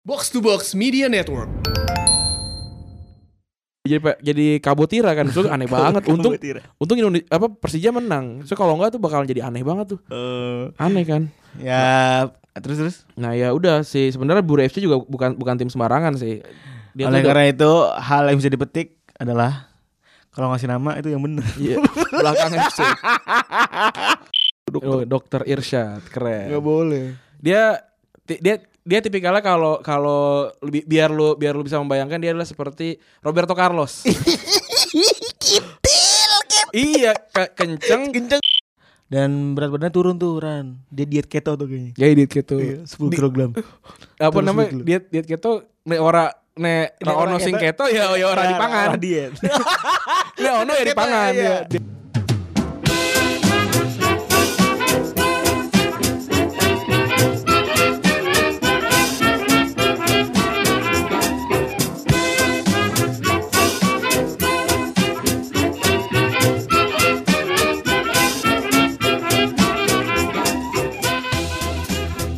Box to Box Media Network. jadi pe- jadi kabutira kan itu aneh banget untung Kabutira. untung Indonesia apa Persija menang so kalau enggak tuh bakalan jadi aneh banget tuh Eh, aneh kan ya terus terus nah ya udah sih sebenarnya Buru FC juga bukan bukan tim sembarangan sih dia tuh oleh udah- karena itu hal yang bisa dipetik adalah kalau ngasih nama itu yang benar Iya, belakang FC dokter. dokter Irsyad keren boleh dia ti- dia dia tipikalnya kalau kalau lebih biar lu biar lu bisa membayangkan dia adalah seperti Roberto Carlos iya ke- kenceng dan berat badannya turun tuh Ran dia diet keto tuh kayaknya ya edit gitu Iya, 10 kilogram apa Terus namanya dulu. diet diet keto ne gitu ora ne ra ono sing keto ya ya ora dipangan Orang diet ne ono ya dipangan Keto, ya iya.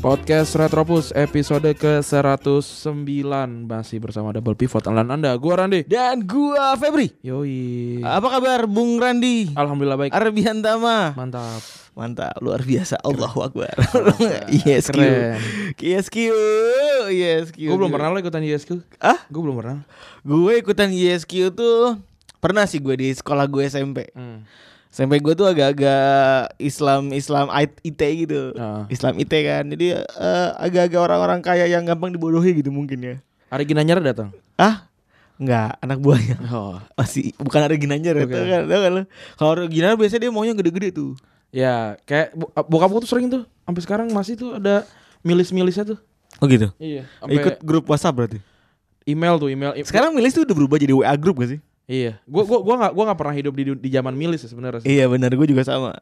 podcast Retropus episode ke 109 masih bersama Double Pivot andalan Anda gua Randi dan gua Febri yoi apa kabar Bung Randi alhamdulillah baik Arbian Tama mantap mantap luar biasa Allahu Akbar yes Q Keren. yes Q yes Q gua belum pernah lo ikutan ISQ ah gua belum pernah Gue ikutan ISQ tuh pernah sih gue di sekolah gue SMP. Hmm. SMP gue tuh agak-agak Islam Islam IT gitu. Ah. Islam IT kan. Jadi eh, agak-agak orang-orang kaya yang gampang dibodohi gitu mungkin ya. Ari Ginanjar datang Ah? Enggak, anak buahnya. oh Masih bukan ada ginanjar ya, Oke. tau kan, tau kan lu? Kalau ada ginanjar biasanya dia maunya gede-gede tuh. ya kayak bu- bokap gua tuh sering tuh sampai sekarang masih tuh ada milis-milisnya tuh Oh gitu. iya ikut Ikut grup WhatsApp berarti. email tuh email i- Sekarang Milis tuh udah berubah jadi WA group gak sih? Iya, gua gua gua nggak gua nggak pernah hidup di di zaman milis ya sebenarnya. sih. Iya benar, gue juga sama.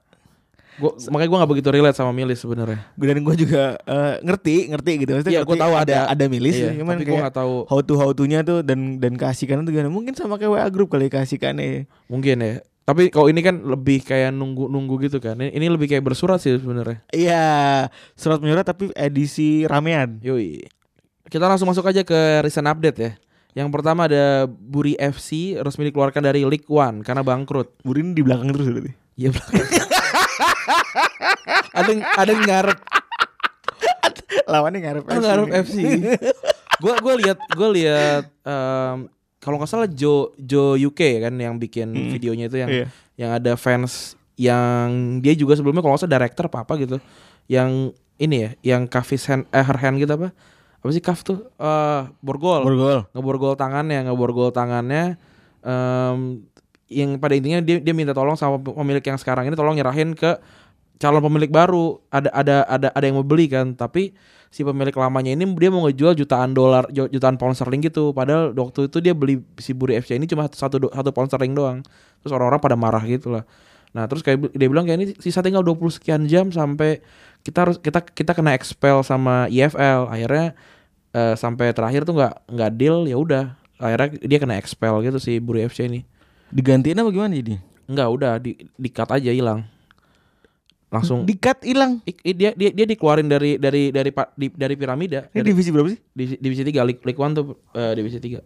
Gua makanya gua nggak begitu relate sama milis sebenarnya. dan gue juga eh, ngerti ngerti gitu maksudnya Iya, ngerti gua tahu ada- ada milis iya, cuman tapi gua kayak nggak tahu. how to how to nya tuh dan dan keasikan tuh gimana mungkin sama kayak WA group kali keasikannya Mungkin ya. Tapi kalau ini kan lebih kayak nunggu-nunggu gitu kan. Ini, ini lebih kayak bersurat sih sebenarnya. iya surat menyurat tapi edisi ramean Yoi. Kita langsung masuk aja ke recent update ya. Yang pertama ada Buri FC resmi dikeluarkan dari League One karena bangkrut. Burin di belakang terus berarti Iya belakang. ada ada ngarep lawannya Ah, ngarep Oh, ngarep FC. Gue gue lihat gue lihat em, kalau nggak salah Joe Joe UK ya kan yang bikin videonya itu yang Iya. yang ada fans yang dia juga sebelumnya kalau nggak salah director apa apa gitu yang ini ya yang Kafis hand eh her hand gitu apa apa sih Kaf tuh Eh, borgol Borgol ngeborgol tangannya ngeborgol tangannya em, yang pada intinya dia dia minta tolong sama pemilik yang sekarang ini tolong nyerahin ke calon pemilik baru ada ada ada ada yang mau beli kan tapi si pemilik lamanya ini dia mau ngejual jutaan dolar ju- jutaan pound sterling gitu padahal waktu itu dia beli si Buri FC ini cuma satu- satu do- satu pound sterling doang terus orang-orang pada marah gitu lah nah terus kayak bi- dia bilang kayak ini sisa tinggal 20 sekian jam sampai kita harus kita kita kena expel sama IFL akhirnya eh, sampai terakhir tuh nggak nggak deal ya udah akhirnya dia kena expel gitu si Buri FC ini digantiin apa gimana jadi nggak udah di di cut aja hilang langsung di cut hilang I- i- dia dia dia dikeluarin dari dari dari pa- di- dari piramida ini dari, Eh, divisi berapa sih divisi, divisi 3 League, League One tuh eh, divisi 3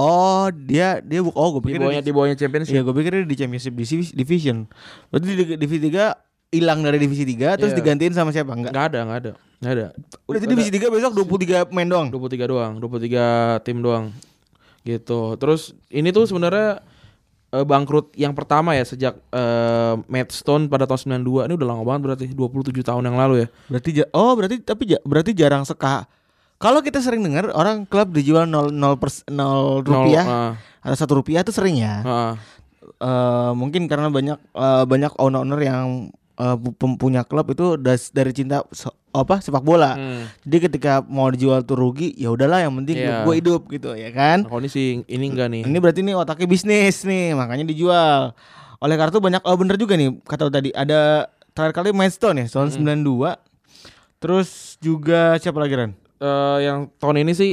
oh dia dia bu- oh gue di pikir bawahnya dia di bawahnya championship Iya, gue pikir dia di championship Divis- division. Berarti di divisi 3 hilang dari divisi 3 terus Iya. digantiin sama siapa? Enggak. nggak ada nggak ada nggak ada Udah jadi divisi 3 besok 23 pemain doang. 23 doang, 23 tim doang. Gitu. Terus ini tuh sebenarnya eh, bangkrut yang pertama ya sejak eh, Matt Stone pada tahun 92. Ini udah lama banget berarti 27 tahun yang lalu ya. Berarti ja- oh berarti tapi ja- berarti jarang seka. Kalau kita sering dengar orang klub dijual 0 0 pers, 0 rupiah Nol, atau satu rupiah itu sering ya. ah, ah. Eh, mungkin karena banyak eh, banyak owner-owner yang eh, pu- pem- punya klub itu das- dari cinta se- apa sepak bola. Hmm. Jadi ketika mau dijual tuh rugi, ya udahlah yang penting Iya. gue hidup gitu ya kan. Nah, kalau ini sih ini enggak nih. Iya. Ini berarti nih otaknya bisnis nih, makanya dijual. Oleh kartu banyak oh bener juga nih kata lu tadi ada terakhir kali milestone ya tahun 92. Terus juga siapa lagi Ran? Eh, yang tahun ini sih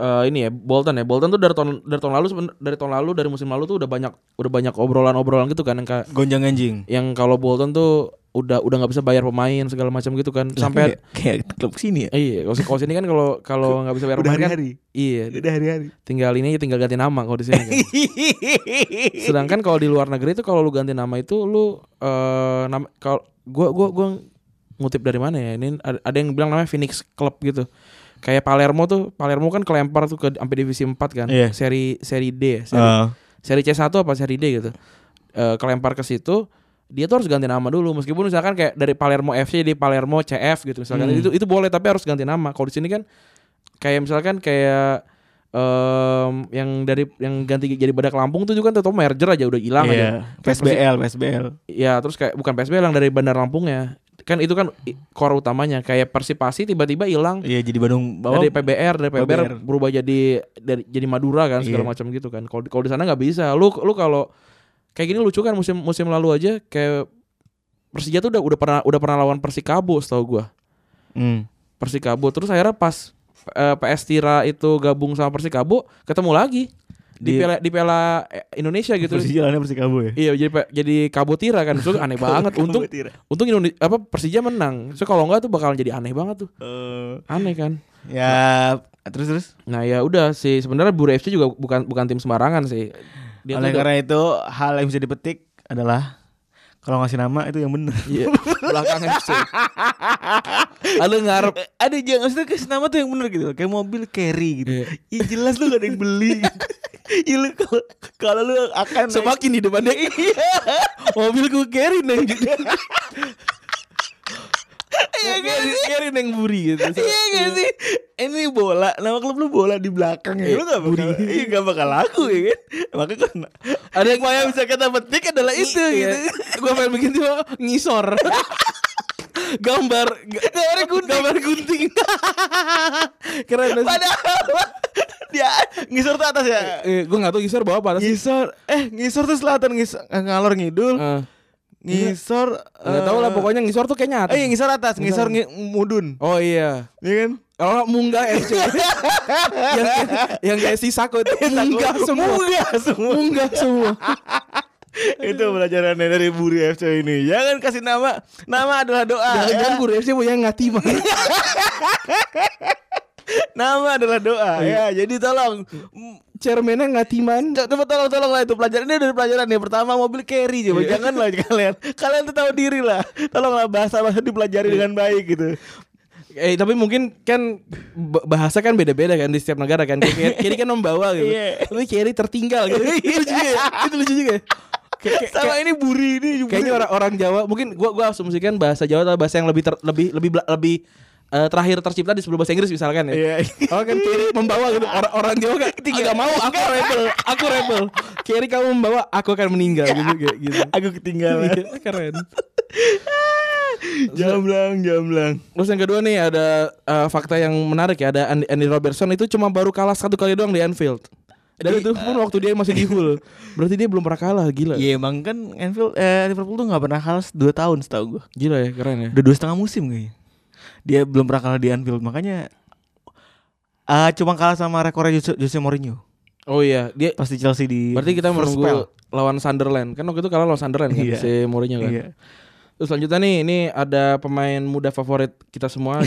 eh, ini ya Bolton ya Bolton tuh dari tahun dari tahun lalu seben- dari tahun lalu dari musim lalu tuh udah banyak udah banyak obrolan-obrolan gitu kan yang ka- Gonjang anjing. yang kalau Bolton tuh udah udah nggak bisa bayar pemain segala macam gitu kan iya. sampai kayak klub sini ya. iya kalau kalau sini kan kalau kalau nggak bisa bayar Udah pemain kan hari-hari. iya Udah hari-hari. tinggal ini aja tinggal ganti nama kalau di sini kan. Sedangkan kalau di luar negeri itu kalau lu ganti nama itu lu eh nama kalau gua gua gua ngutip dari mana ya? Ini ada ada yang bilang namanya Phoenix Club gitu. Kayak Palermo tuh, Palermo kan kelempar tuh ke sampai divisi 4 kan. Iya. Seri seri D ya, seri, Eh, seri C1 apa seri D gitu. Eh kelempar ke situ dia tuh harus ganti nama dulu meskipun misalkan kayak dari Palermo FC di Palermo CF gitu misalkan itu itu boleh tapi harus ganti nama kalau di sini kan kayak misalkan kayak em, yang dari yang ganti jadi badak Lampung tuh juga kan tetap merger aja udah hilang aja iya. PSBL, PSBL. ya terus kayak bukan PSB yang dari Bandar Lampungnya kan itu kan i- core utamanya kayak Persipasi tiba-tiba hilang Iya, jadi Bandung bawah. dari PBR dari PBR, PBR. berubah jadi dari jadi Madura kan segala Iya. macam gitu kan. Kalau di- kalau di sana nggak bisa. Lu lu kalau kayak gini lucu kan musim musim lalu aja kayak Persija tuh udah udah pernah udah pernah lawan Persikabo setahu gua. Hmm. Persikabo terus akhirnya pas eh, PS Tira itu gabung sama Persikabo ketemu lagi di Di- Piala di Piala eh, Indonesia gitu. Persija lawannya Persikabo ya. Iya jadi jadi Kabotira kan. Terus aneh banget untung Kabotira. untung Indonesia apa Persija menang. So kalau enggak tuh bakalan jadi aneh banget tuh. Eh, Aneh kan. ya terus terus. Nah ya udah sih sebenarnya Buru FC juga bukan bukan tim sembarangan sih. Dia tuh Oleh udah- karena itu hal yang bisa dipetik adalah kalau ngasih nama itu yang benar. Iya, belakang FC. Lalu ngarep Eh, Ada jangan maksudnya kasih nama tuh yang benar gitu. Kayak mobil carry gitu. Iya jelas lu gak ada yang beli. Iya lu kalau kalau lu akan naik- semakin di depan dia. Iya. Mobilku carry gitu. neng. Iya carry carry neng buri gitu. Iya gak sih? Ini bola, nama klub lu bola di belakang ya. Lu gak bakal, iya, gak bakal laku ya kan? Makanya kan Ada yang yang bisa kita petik adalah itu Iya. gitu. Gua pengen bikin tuh ngisor. gambar gambar gunting. Gambar gunting. Keren banget. Padahal dia ngisor tuh atas ya. Eh, gue gak tau ngisor bawa apa atas Ngisor, eh ngisor tuh selatan ngisor, ngalor ngidul, Eh, ngisor. Gak tau lah pokoknya Eh. iya, ngisor tuh kayaknya atas Eh ngisor atas, ngisor ngi- mudun. Oh iya Iya kan? Kalau nggak munggah FC yang, kayak- yang kayak si Iya, Sako itu Munggah semua Munggah semua. Munggah semua itu pelajarannya dari Buri FC ini. Jangan kasih nama. Nama adalah doa. ya. Jangan-jangan guru FC punya ngatima Nama adalah doa. Ya, jadi tolong mm, Chairmannya ngatiman Co- Coba tolong tolong lah itu pelajaran ini dari pelajaran yang pertama mobil carry coba janganlah kalian kalian tuh tahu diri lah tolonglah bahasa bahasa dipelajari dengan baik gitu Eh tapi mungkin kan b- bahasa kan beda-beda kan di setiap negara kan. Kayak Kiri kan membawa gitu. Iya. Tapi kiri tertinggal gitu. Itu lucu juga ya. Itu lucu juga. ya. Kayak- kayak- sama ini buri ini buri. kayaknya orang orang Jawa mungkin gua gua asumsikan bahasa Jawa atau bahasa yang lebih ter- lebih lebih bela- lebih eh, terakhir tercipta di sebelum bahasa Inggris misalkan ya. Iya. Orang kan kiri membawa gitu. Orang orang Jawa kan tiga mau aku rebel, aku rebel. Kiri kamu membawa, aku akan meninggal gitu kayak gitu. aku ketinggalan Iya, Keren. jamblang jamblang Terus yang kedua nih ada eh, fakta yang menarik ya ada Andy, Andy Robertson itu cuma baru kalah satu kali doang di Anfield. Dan itu pun waktu dia masih di Hull. Berarti dia belum pernah kalah gila. Iya emang kan Anfield eh, Liverpool tuh nggak pernah kalah 2 tahun setahu gua Gila ya keren ya. udah dua setengah musim kayaknya dia belum pernah kalah di Anfield makanya ah cuma kalah sama rekornya Jose, Jose Mourinho Oh iya, dia pas di Chelsea di berarti kita first menunggu spell. lawan Sunderland. Kan waktu itu kalah lawan Sunderland kan Iya. si Mourinho kan. Iya. Terus selanjutnya nih ini ada pemain muda favorit kita semua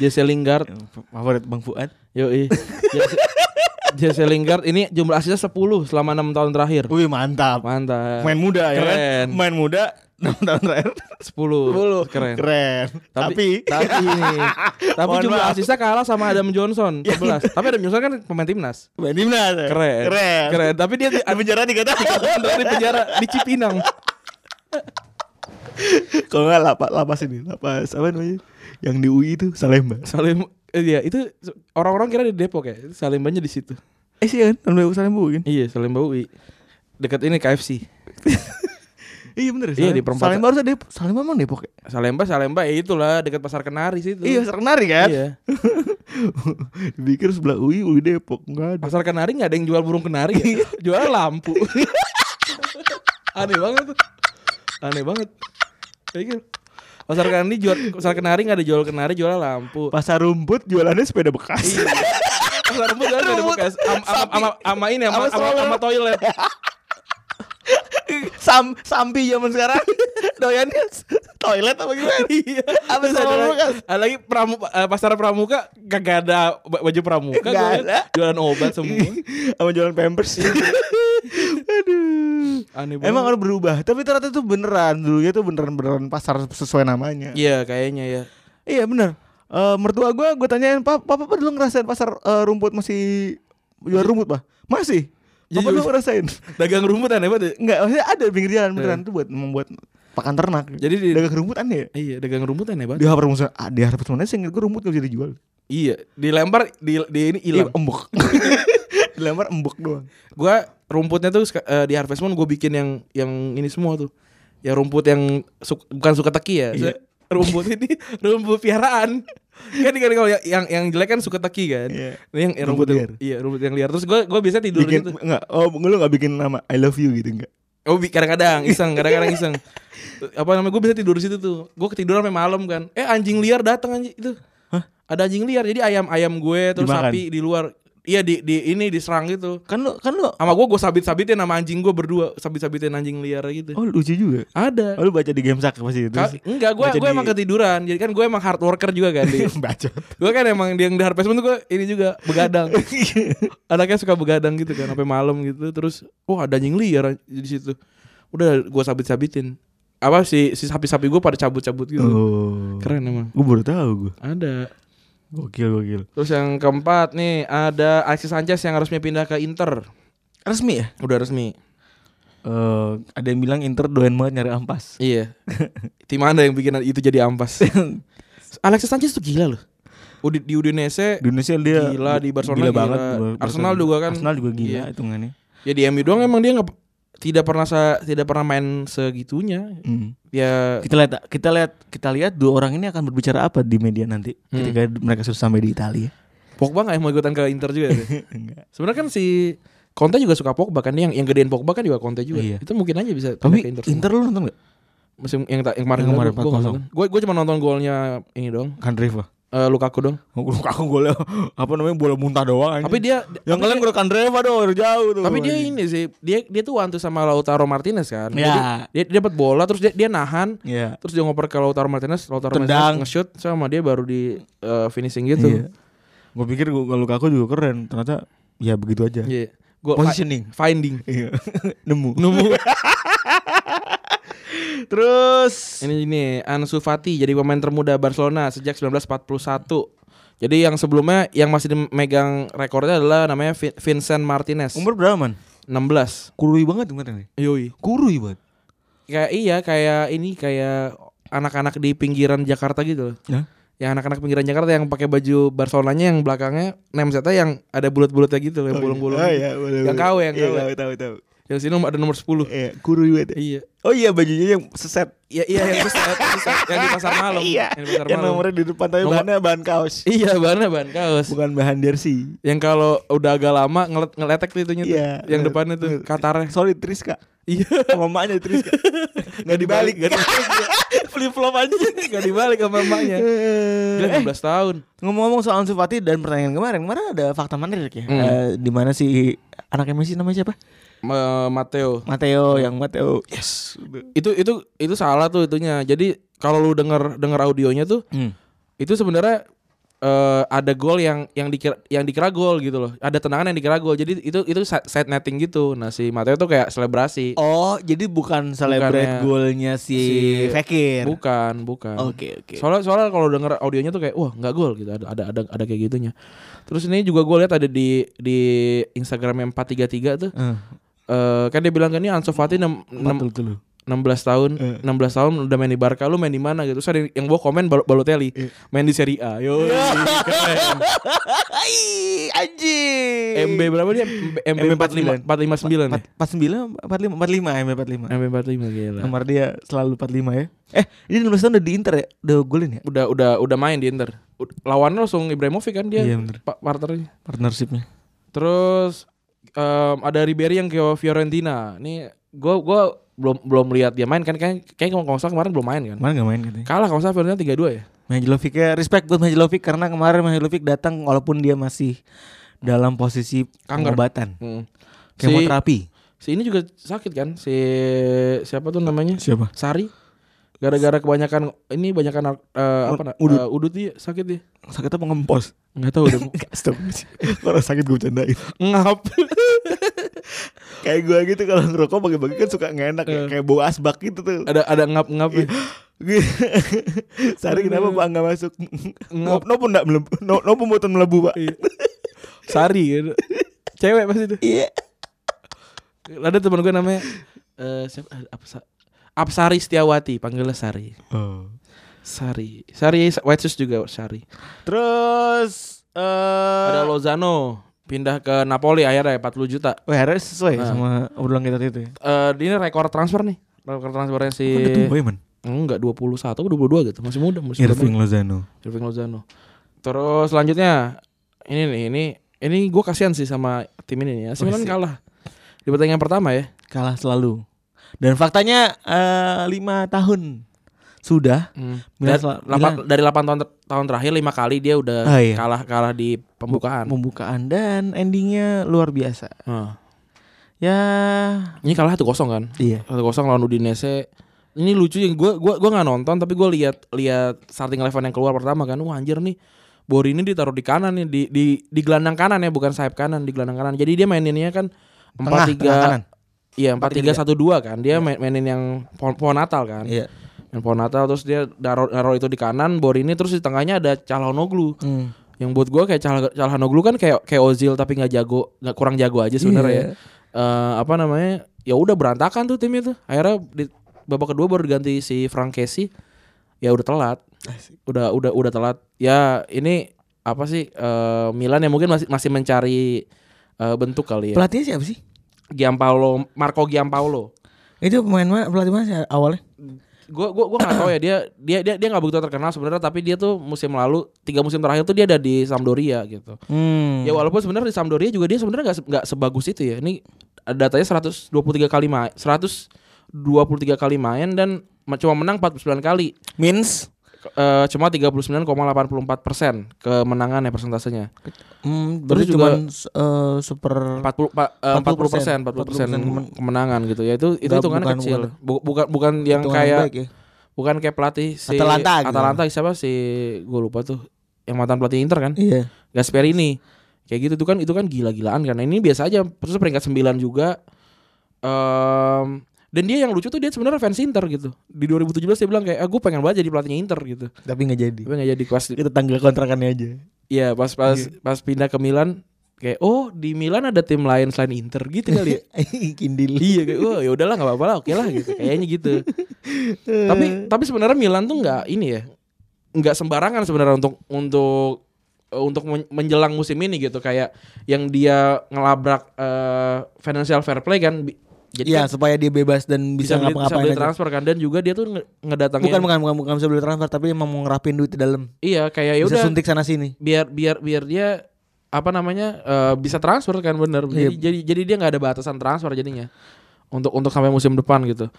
Jesse Lingard. favorit Bang Fuad Yoi. Jesse, Jesse Lingard ini jumlah asisnya 10 selama 6 tahun terakhir. wih mantap Mantap. main muda ya Keren. kan main muda enam tahun terakhir 10. keren, Keren. tapi, tapi tapi Mohon jumlah maaf. Iya, asisnya kalah sama Adam Johnson 11. tapi Adam Johnson kan pemain timnas. main timnas ya? Keren. keren Keren. Tapi dia di, di penjara tiga tahun di penjara di Cipinang. kalau nggak lapas lapas ini lapas apa namanya yang di UI itu Salemba Salim eh, iya, itu se- orang-orang kira di Depok ya. Salimbanya di situ. eh sih kan tahun baru Salemba kan Iya, Salimba UI. Dekat ini KFC. iya bener Iya, di Salem- perempatan. Salemba harusnya Depok Salemba emang Depok ya Salemba, Salemba ya itulah dekat Pasar Kenari situ. Iya, pasar kenari kan? Iya. Dipikir sebelah UI, UI Depok enggak ada. Pasar Kenari nggak ada yang jual burung kenari Iya. ya. Jual lampu. Aneh banget tuh. Aneh banget. Kayak gitu. Pasar Kenari jual Pasar Kenari nggak ada jual kenari, jual lampu. Iya. Pasar rumput jualannya sepeda bekas. Pasar rumput gak ada di Rumput. Bekasi. Am- am- Sapi. am- Ama ini ama Ama ama stroller. ama toilet. Sam sampi zaman sekarang doyannya s- toilet apa gimana? Iya. Apa Terus ada, selalu kan? ada lagi pramu- eh, pasar pramuka kagak ada ba- baju pramuka Nggak jualan- ada. Iya. jualan obat semua. Sama jualan pampers. Aduh. Aneh banget. Emang orang berubah, tapi ternyata itu beneran dulunya tuh beneran-beneran pasar sesuai namanya. Iya kayaknya ya. Iya bener. Eh mertua gue, gue tanyain papa, papa dulu ngerasain pasar eh, rumput masih jual rumput pak? Masih. Jadi- Papa dulu ngerasain. Dagang rumput aneh banget. ya. Enggak, maksudnya ada di pinggir jalan beneran tuh buat membuat Iya. pakan ternak. Jadi di- dagang rumput aneh. Ya? Iya, dagang rumput aneh Di banget. hal permusuhan, ah, di hal permusuhan sih gue rumput gak bisa dijual. Iya, dilempar di, di ini Iya, hilang. embuk. Dilempar embuk doang. Gua rumputnya tuh seka- eh, di Harvest Moon gue bikin yang yang ini semua tuh. Ya rumput yang su- bukan suka teki ya. Iya. Rumput ini rumput piaraan. Kan kan kalau yang yang, yang jelek kan suka teki kan. Iya. Ini yang, yang rumput, Rumput yang- liar. iya, rumput yang liar. Terus gue gue biasa tidur Bikin gitu. enggak, oh lu gak bikin nama I love you gitu enggak? Oh, bi- kadang-kadang iseng, kadang-kadang iseng. Apa namanya? Gue bisa tidur di situ tuh. Gue ketiduran sampai malam kan. Eh, anjing liar datang anjing itu. Hah? Ada anjing liar. Jadi ayam-ayam gue terus Dimakan. sapi di luar. Iya, di di ini diserang gitu. Kan lu kan lu Sama gue gue sabit-sabitin sama anjing gue berdua, sabit-sabitin anjing liar gitu. oh lucu juga. Ada. Oh, lu baca di Gamesak pasti itu. Ka- enggak, gue baca gue di- emang ketiduran. Jadi kan gue emang hard worker juga kan. Di- baca. gue kan emang yang di Harvest Moon tuh gue ini juga begadang. Anaknya suka begadang gitu kan sampai malam gitu. Terus wah ada anjing liar di situ. Udah gue sabit-sabitin. Apa si si sapi-sapi gue pada cabut-cabut gitu. Oh. Keren emang. Gue baru tahu gue. Ada. Gokil gokil. Terus yang keempat nih ada Alexis Sanchez yang resmi pindah ke Inter. Resmi ya? Udah resmi. Eh ada yang bilang Inter doyan banget nyari ampas. Iya. Tim Anda yang bikin itu jadi ampas. Alexis Sanchez tuh gila loh. Udi, di Udinese Di Indonesia dia Gila, di Barcelona gila banget. gila. Bar- Arsenal Barcelona. juga kan. Arsenal juga gila Iya. hitungannya. ya di MU doang emang dia nggak tidak pernah sa- tidak pernah main segitunya. Hmm. Ya Kita lihat kita lihat kita lihat dua orang ini akan berbicara apa di media nanti Hmm. ketika mereka sudah sampai di Italia. Pogba nggak mau ikutan ke Inter juga deh. Enggak. Sebenarnya kan si Conte juga suka Pogba kan dia yang yang gedein Pogba kan juga Conte juga. Iya. Itu mungkin aja bisa Tapi pindah ke Inter, semua. lu nonton gak? musim yang, ta- yang kemarin Yang kemarin gue 4-0. gue gue cuma nonton golnya ini dong Kandreva. Eh Lukaku dong Kan Aku golnya apa namanya bola muntah doang. tapi dia yang tapi kalian kan dia, udah Kandreva dong jauh tuh. Iya. tapi dia ini sih dia dia tuh wantu sama Lautaro Martinez kan Ya. Jadi dia, dia dapat bola terus dia, dia nahan Iya. terus dia ngoper ke Lautaro Martinez Lautaro Tendang. Martinez nge-shoot sama dia baru di eh, finishing Iya. gitu Gue pikir gua Lukaku juga keren, ternyata ya begitu aja. Iya. Gua- Positioning. fi- finding Iya. Nemu. nemu Terus ini ini Ansu Fati jadi pemain termuda Barcelona sejak 1941 jadi yang sebelumnya yang masih dimegang rekornya adalah namanya Vin- Vincent Martinez umur berapa man? 16 Kurui banget kemarin nih. Yoi. Kurui banget. Kayak iya kayak ini kayak anak-anak di pinggiran Jakarta gitu loh. Hah? Yang anak-anak pinggiran Jakarta yang pakai baju Barcelonanya yang belakangnya namesetnya yang ada bulat-bulatnya gitu yang bolong-bolong. Oh, iya, bolong-bolong. Yang KW, yang Iya, KW. tahu, tahu, tahu. Yang sini nomor- ada nomor 10. Iya, kurui banget. Iya. Oh iya bajunya yang seset. Iya iya yang, besar, yang besar, yang di pasar malam. Iya. Yang di pasar Yang malam. nomornya di depan tapi Nomor- bahannya bahan kaos. Iya bahannya bahan kaos. Bukan bahan jersey. Yang kalau udah agak lama ngelet ngeletek tuh itunya tuh. Iya. yang depannya tuh Bener. Qatarnya. Eh, Sorry Triska. Iya. Mamanya Triska. Enggak dibalik. Gak dibalik. Flip flop aja. Gak dibalik sama mamanya. Gila Eh, 15 tahun. ngomong-ngomong soal Ansu Fati dan pertanyaan kemarin, kemarin ada fakta menarik ya. Hmm. Eh, di mana si anaknya Messi namanya siapa? Eh, Mateo. Mateo, yang Mateo. Yes. itu itu itu salah tuh itunya. Jadi kalau lu denger denger audionya tuh Hmm. itu sebenarnya eh, ada gol yang yang dikira yang dikira gol gitu loh. Ada tendangan yang dikira gol. Jadi itu itu si- side netting gitu. Nah, si Mateo tuh kayak selebrasi. Oh, jadi bukan Bukannya- celebrate golnya si, si- Fekir. Bukan, bukan. iya. Oke, oke. Soalnya soalnya kalau denger audionya tuh kayak wah nggak gol gitu ada ada ada ada kayak gitunya. Terus ini juga gue lihat ada di di Instagram 433 tuh. Eh, eh, kan dia bilang kan ini Ansu Fati nem- nem- betul betul. 16 tahun, Eh. 16 tahun udah main di Barca, lu main di mana gitu. Terus ada yang bawa komen Bal- Balotelli, Iya. main di Serie A. Yo. Hai, anjing. MB berapa dia? MB 45 459 ya? 49 45 45 MB 45. MB 45 gila. Nomor dia selalu 45 ya. Eh, ini 16 tahun udah di Inter ya? Udah golin ya Udah udah udah main di Inter. Ud- Lawannya langsung Ibrahimovic kan dia. Iya, bener. pa- partnernya. partnershipnya. Terus em, ada Ribery yang ke Fiorentina. Nih gua gua belum belum lihat dia main kan kayak kayak kalau nggak salah kemarin belum main kan. Kemarin gak main katanya. Kalah kalau nggak salah Fiorentina 3-2 ya. Mihajlovic ya, respect buat Mihajlovic karena kemarin Mihajlovic datang walaupun dia masih dalam posisi Kanker. pengobatan, Hmm. Si, kemoterapi. si ini juga sakit kan? Si siapa tuh namanya? Siapa? Sari. Gara-gara kebanyakan ini banyakan nar- eh, apa na- Udut. eh, udut dia sakit dia. Sakitnya pengempos. Enggak tahu udah Astagfirullah. Orang sakit gue bercandain. ngap. Kayak gue gitu kalau ngerokok bagi-bagi kan suka nggak enak ya. Kayak bau asbak gitu tuh. Ada ada ngap-ngap. ya. Gitu. Sari kenapa Pak nggak masuk? Ngap. No pun nggak melebu. No, no pembuatan melebu Pak. Iya. Sari gitu. Cewek pasti itu. Iya. Ada teman gue namanya eh siapa Apsa- Apsari Setiawati, panggilnya Sari. Oh. Sari. Sari White Shoes juga Sari. Terus eh Ada Lozano pindah ke Napoli akhirnya 40 juta. Wah, akhirnya sesuai Nah. sama obrolan kita itu ya. Eh ini rekor transfer nih. Rekor transfernya si Kan udah tua ya, man. enggak 21 atau 22 gitu, masih muda masih muda. Irving Lozano. Irving Lozano. Terus selanjutnya ini nih ini ini gue kasihan sih sama tim ini nih. AC Milan Masih. kalah di pertandingan pertama ya. Kalah selalu. Dan faktanya eh, lima tahun sudah Hmm. Dari, Milan sel- lapan- dari 8 tahun ter- tahun terakhir 5 kali dia udah Ah, iya. kalah Eh, kalah di pembukaan. pembukaan dan endingnya luar biasa. Nah, Ya, ini kalah 1-0 kan. iya. 1-0 lawan Udinese. Ini lucu yang gue gua gua nggak nonton tapi gue lihat lihat starting eleven yang keluar pertama kan. Wah anjir nih. Borini ditaruh di kanan nih di di di gelandang kanan ya bukan sayap kanan di gelandang kanan. Jadi dia maininnya kan Tengah, tengah 4-3 kanan. Iya empat tiga satu dua kan dia main- mainin yang pohon, pohon Natal kan Iya. yang pohon Natal terus dia daro, daro itu di kanan Borini terus di tengahnya ada Calhanoglu Hmm. yang buat gua kayak Cal- Calhanoglu kan kayak kayak Ozil tapi nggak jago nggak kurang jago aja sebenarnya ya. Eh, apa namanya ya udah berantakan tuh tim itu akhirnya di babak kedua baru diganti si Frankesi ya udah telat udah udah udah telat ya ini apa sih eh, Milan yang mungkin masih masih mencari eh, bentuk kali ya Pelatihnya siapa sih? Giampaolo Marco Giampaolo Itu pemain mana? Pelatih mana sih awalnya? gue gua gua nggak tahu ya dia dia dia dia nggak begitu terkenal sebenarnya tapi dia tuh musim lalu tiga musim terakhir tuh dia ada di Sampdoria gitu Hmm. ya walaupun sebenarnya di Sampdoria juga dia sebenarnya nggak se- nggak sebagus itu ya ini datanya 123 kali main 123 kali main dan me- cuma menang 49 kali Mins. Eh, cuma 39,84 persen kemenangannya persentasenya Terus Hmm, berarti juga- cuma eh, super 40 pa- eh, 40 persen 40% 40 persen kemen- kemenangan gitu ya itu itu Nggak, hitungannya bukan- kecil Bu- bukan bukan yang hitungan kayak baik ya. Bukan kayak pelatih si Atalanta gitu. Atalanta siapa si gue lupa tuh yang mantan pelatih Inter kan Iya. Gasperini kayak gitu tuh kan itu kan gila-gilaan karena ini biasa aja terus peringkat 9 juga Em, dan dia yang lucu tuh dia sebenarnya fans Inter gitu di 2017 dia bilang kayak ah, gue pengen banget jadi pelatihnya Inter gitu Tapi nggak jadi. tapi nggak jadi pas Kita tanggal kontrakannya aja. ya pas pas pas pindah ke Milan kayak oh di Milan ada tim lain selain Inter gitu kali ya Kindil. iya kayak oh ya udahlah nggak apa-apa lah oke lah gitu kayaknya gitu tapi tapi sebenarnya Milan tuh nggak ini ya nggak sembarangan sebenarnya untuk untuk eh, untuk men- menjelang musim ini gitu kayak yang dia ngelabrak eh, financial fair play kan bi- Iya, jadi kan supaya dia bebas dan bisa, beli, bisa beli ngapa-ngapain aja. transfer kan dan juga dia tuh nge- ngedatangin Bukan, bukan, bukan, bukan bisa beli transfer, tapi emang mau ngerapin duit di dalam. iya kayak ya Bisa udah suntik sana sini. biar biar biar dia apa namanya eh, bisa transfer kan bener jadi jadi, jadi dia nggak ada batasan transfer jadinya untuk untuk sampai musim depan gitu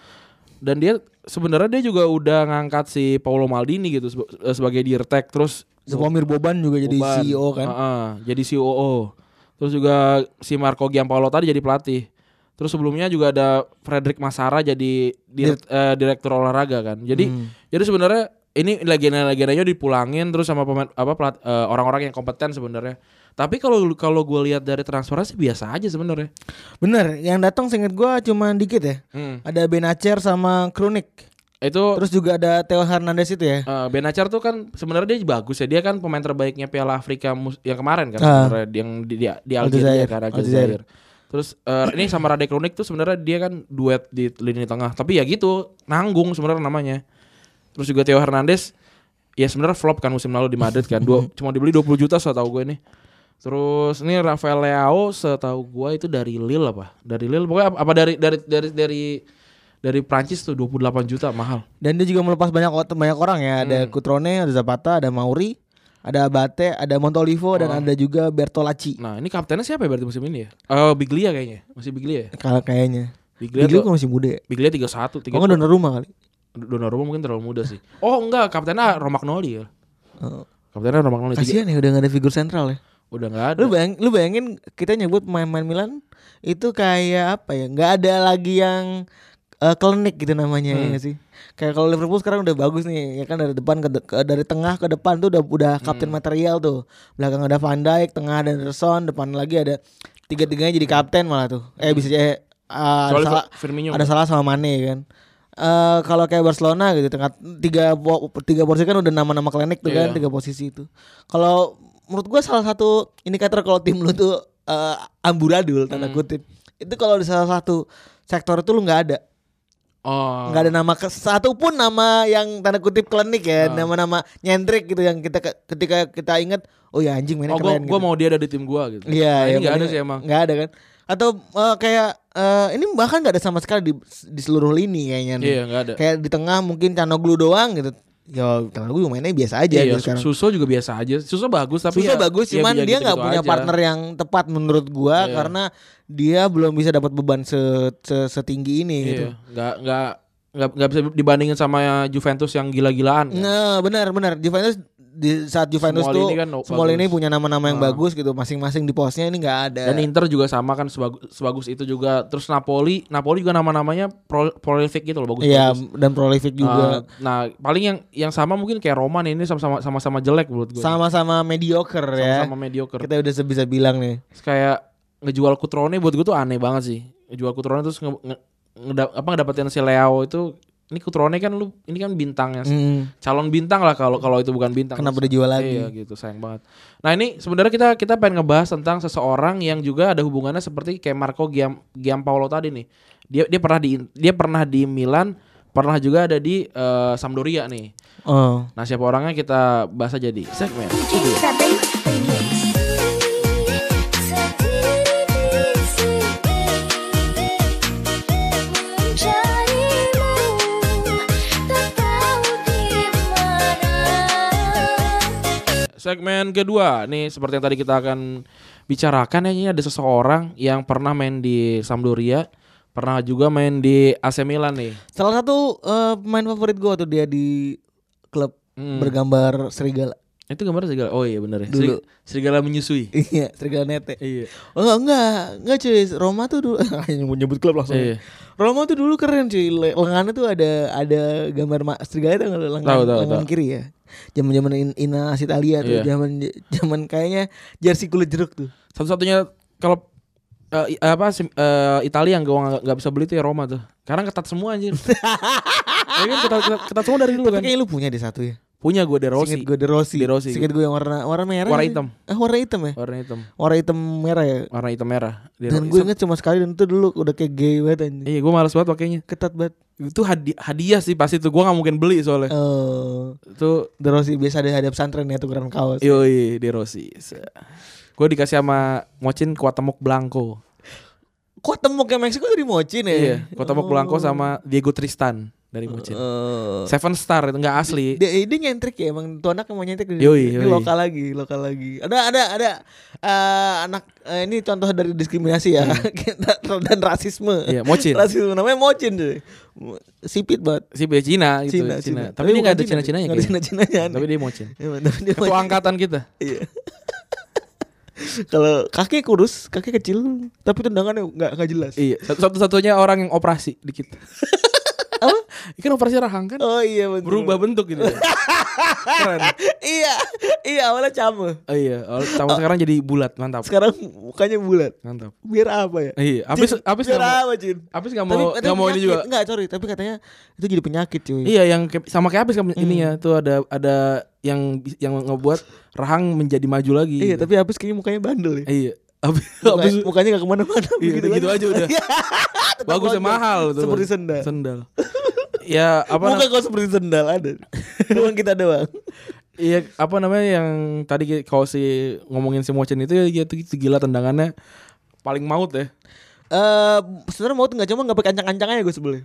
dan dia sebenarnya dia juga udah ngangkat si Paolo Maldini gitu seba- eh, sebagai dirtek terus Zepomir Boban juga jadi Boban. CEO kan. Heeh, jadi COO terus juga si Marco Giampaolo tadi jadi pelatih terus sebelumnya juga ada Frederick Masara jadi dir- eh, direktur olahraga kan jadi Hmm. jadi sebenarnya ini legenda-legendanya dipulangin terus sama pemain apa pelat- eh, orang-orang yang kompeten sebenarnya. Tapi kalau kalau gue lihat dari transfernya sih biasa aja sebenarnya. Bener, yang datang seinget gua cuma dikit ya. Hmm. Oh. Ada Benacer sama Kronik. Itu Terus juga ada Theo Hernandez itu ya. eh, Benacer tuh kan sebenarnya dia bagus ya. Dia kan pemain terbaiknya Piala Afrika mus- yang kemarin kan Ah. sebenarnya yang di, di, di Algeria Aljazair. kan Aljazair. Aljazair. Terus eh, ini sama Radek Kronik tuh sebenarnya dia kan duet di lini tengah. Tapi ya gitu, nanggung sebenarnya namanya. Terus juga Theo Hernandez ya sebenarnya flop kan musim lalu di Madrid kan. Dua, cuma dibeli 20 juta setahu gue ini. Terus ini Rafael Leao setahu gue itu dari Lille apa? Dari Lille pokoknya apa- apa dari dari dari dari dari Prancis tuh 28 juta mahal. Dan dia juga melepas banyak ot- banyak orang ya. Ada Hmm. Cutrone, ada Zapata, ada Mauri, ada Abate, ada Oh. Montolivo dan ada juga Bertolacci. Nah, ini kaptennya siapa ya berarti musim ini ya? Eh Biglia kayaknya. Masih Biglia ya? Kalau kayaknya. Biglia, Dia tuh, kan masih muda. ya? Biglia 31, 30. Oh, donor rumah kali. Donnarumma mungkin terlalu muda sih. Oh, enggak, kaptennya Romagnoli ya. Oh. Kaptennya Romagnoli. tiga- Kasihan ya udah gak ada figur sentral ya. udah nggak ada Lu bayang, lu bayangin kita nyebut pemain-pemain Milan itu kayak apa ya? Nggak ada lagi yang eh, klinik gitu namanya Hmm. ya nggak sih. Kayak kalau Liverpool sekarang udah bagus nih, ya kan dari depan ke, de- ke- dari tengah ke depan tuh udah udah Hmm. kapten material tuh. Belakang ada Van Dijk, tengah ada Anderson, depan lagi ada tiga-tiganya jadi kapten malah tuh. Eh bisa jadi eh, ada Kecuali salah, Firmino ada salah sama Mane kan. Eh kalau kayak Barcelona gitu tengah tiga po- tiga posisi kan udah nama-nama klinik tuh Iya. kan tiga posisi itu. Kalau menurut gua salah satu indikator kalau tim lu tuh eh, amburadul Hmm. tanda kutip. Itu kalau di salah satu sektor itu lu nggak ada. oh nggak ada nama ke, satu pun nama yang tanda kutip klinik ya, Oh. nama-nama nyentrik gitu yang kita ke- ketika kita ingat oh ya anjing mainnya oh gue keren gitu. mau dia ada di tim gue gitu Iya, Nah, iya, ini nggak ada bener. sih emang Nggak ada kan? Atau eh, kayak eh, ini bahkan nggak ada sama sekali di di seluruh lini kayaknya. nih. iya nggak ada Kayak di tengah mungkin Canoglu doang gitu. Ya Canoglu mainnya biasa aja iya, gitu sekarang. Suso juga biasa aja Suso bagus tapi Susah ya- bagus ya- cuman ya dia nggak gitu-gitu punya aja. partner gitu. yang tepat menurut gua Iya. karena dia belum bisa dapat beban se- se- setinggi ini gitu. Iya, nggak nggak nggak nggak bisa dibandingin sama Juventus yang gila-gilaan. kan. Nah, benar benar Juventus di saat Juventus Small tuh ini kan no- Small ini bagus. punya nama-nama yang Ah. bagus gitu masing-masing di posnya ini nggak ada. Dan Inter juga sama kan sebagus, sebagus itu juga. Terus Napoli, Napoli juga nama-namanya pro- prolific gitu loh bagus. Iya, bagus. dan prolific juga. Ah, nah, paling yang yang sama mungkin kayak Roman ini sama-sama sama-sama jelek menurut gue. Sama-sama mediocre ya. Sama-sama mediocre. Kita udah bisa bilang nih. Terus kayak ngejual Cutrone buat gue tuh aneh banget sih. Ngejual Cutrone terus nge, nge- ngeda- apa ngedapetin si Leo itu ini Cutrone kan lu ini kan bintangnya Hmm, calon bintang lah kalau kalau itu bukan bintang. kenapa dijual lagi? Iya gitu sayang banget. Nah ini sebenarnya kita kita pengen ngebahas tentang seseorang yang juga ada hubungannya seperti kayak Marco Giam Giampaolo tadi nih. Dia dia pernah di dia pernah di Milan, pernah juga ada di eh, Sampdoria nih. Oh. Nah siapa orangnya kita bahas aja di segmen. Sudut. Segmen kedua nih seperti yang tadi kita akan bicarakan ya ini ada seseorang yang pernah main di Sampdoria, pernah juga main di AC Milan nih. Salah satu eh, pemain favorit gua tuh dia di klub Hmm. bergambar serigala. Itu gambar serigala. Oh iya bener ya. Dulu. Seri- Serigala menyusui. Iya, serigala nete. Iya. Oh, enggak, enggak, enggak cuy. Roma tuh dulu nyebut nyebut klub langsung. Iya. ya. Roma tuh dulu keren cuy. Le- Lengannya tuh ada ada gambar ma- serigala tuh lengan, Tahu, tahu, lengan tahu. kiri ya. Zaman-zaman in, Inas Italia tuh, Iya. zaman zaman kayaknya jersey kulit jeruk tuh. Satu-satunya kalau eh, i- apa sim- eh, Italia yang gua nggak- nggak bisa beli itu ya Roma tuh. Karena ketat semua anjir. ya kan ketat, ketat, ketat semua dari dulu Tapi kan. kayaknya lu punya deh satu ya. Punya gue De Rossi. Singkat gue De Rossi. De Rossi. Singkat gue yang warna warna merah. Warna ya? hitam. Eh warna hitam ya. Warna hitam. Warna hitam merah ya. Warna hitam merah. De Dan Rossi. gue inget cuma sekali dan itu dulu udah kayak gay banget anjing. Iya, gue males banget pakainya. Ketat banget. Itu hadi- hadiah sih pasti tuh. Gue nggak mungkin beli soalnya. Oh, Itu De Rossi biasa ada ada pesantren ya tukeran kaos. Iya. Yoi, De Rossi. Gue dikasih sama Mocin Kuatemuk Blanco. Kok temuk ke Meksiko tuh di Mocin ya? Iya, Kuatemuk Oh. Blanco sama Diego Tristan dari Mocin. Oh. Seven Star itu nggak asli. Dia, dia nyentrik ya emang tuh anak mau nyentrik di, Yoi, di yoi. lokal lagi lokal lagi ada ada ada eh, anak eh, ini contoh dari diskriminasi ya dan rasisme Iya, Mocin. rasisme namanya mocin tuh sipit banget Si dia Cina gitu, Cina, Cina. Cina. Tapi Tapi, dia nggak bukan ada Cina, Cina-Cinanya gitu. nggak ada kayaknya. Cina-Cinanya, aneh. Tapi Iya, dia Mocin. Emang tapi dia Ketua mocin. angkatan kita. Iya. kalau kaki kurus kaki kecil tapi tendangannya nggak nggak jelas Iya, satu-satunya orang yang operasi di kita. Apa? Ikan operasi rahang kan oh iya betul. berubah bentuk gitu. Keren. iya iya awalnya cama Oh, iya, Oh, sama sekarang jadi bulat, mantap. sekarang mukanya bulat Mantap. biar apa ya Iya, habis habis biar nggak mau- apa Jin? habis nggak mau nggak mau ini juga. Enggak, sorry, tapi katanya itu jadi penyakit cuy. Iya yang ke- sama kayak habis kamu ini ya tuh ada ada yang bis- yang ngebuat rahang menjadi maju lagi. Iya, gitu. tapi habis kayaknya mukanya bandel ya. iya. Habis Mukanya, habis- mukanya gak kemana-mana iya, gitu, gitu aja udah. Tetap Bagusnya lonjol. mahal tuh. Seperti sendal. Sendal. ya apa Muka namanya kau seperti sendal ada. Cuman kita doang. iya apa namanya yang tadi ki- kalau si ngomongin si Mocin itu ya gitu, gitu gila tendangannya paling maut ya. Eh, sebenarnya mau enggak cuma enggak pakai ancang-ancang aja gue sebelnya.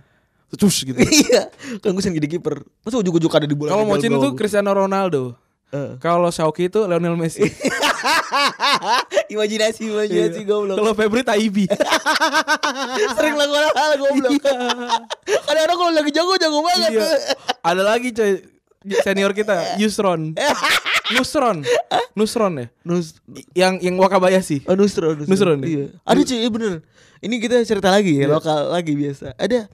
Cus gitu. Iya, kan gue sendiri kiper. Masa ujuk-ujuk ada di bola. Eh. Kalau di dalam Mocin itu gawang. Cristiano Ronaldo. Heeh. Kalau Shauki itu Lionel Messi. imajinasi, imajinasi Iya, goblok. Kalau Febri Taibi. Sering lakukan hal goblok. Iya. Kadang orang kalau lagi jago jago banget. Iya. Ada lagi coy senior kita Yusron. Nusron. Nusron ya. Nus Yang yang Wakabayashi. oh, Nusron, Nusron, Nusron. ya? Iya. Ada cuy, iya bener. Ini kita cerita lagi Iya. ya, lokal lagi biasa. Ada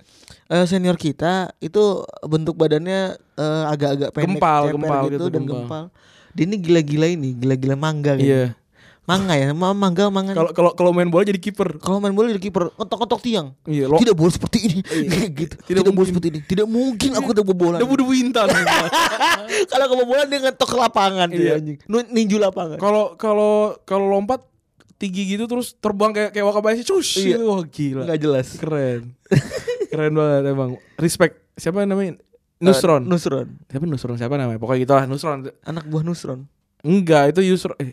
eh, senior kita itu bentuk badannya eh, agak-agak pendek, Gempal, ceper gempal gitu, dan gempal. gempal. Dia ini gila-gila ini, gila-gila mangga gitu. Iya. Mangga ya, ma- mangga mangga. Kalau kalau kalau main bola jadi kiper. Kalau main bola jadi kiper, ketok-ketok tiang. Iya, lo- Tidak boleh seperti ini. gitu. Tidak, boleh mungkin. seperti ini. Tidak mungkin aku udah bola. Debu-debu intan. Kalau kebobolan dia ngetok ke lapangan Iya. dia anjing. Nu- Ninju lapangan. Kalau kalau kalau lompat tinggi gitu terus terbang kayak kayak Wakabayashi. Cus. Iya. Wah, gila. Enggak jelas. Keren. Keren banget emang. Respect. Siapa namanya? Nusron. Eh, Nusron. siapa Nusron siapa namanya? Pokoknya gitu lah Nusron. Anak buah Nusron. Enggak, itu Yusron. Eh,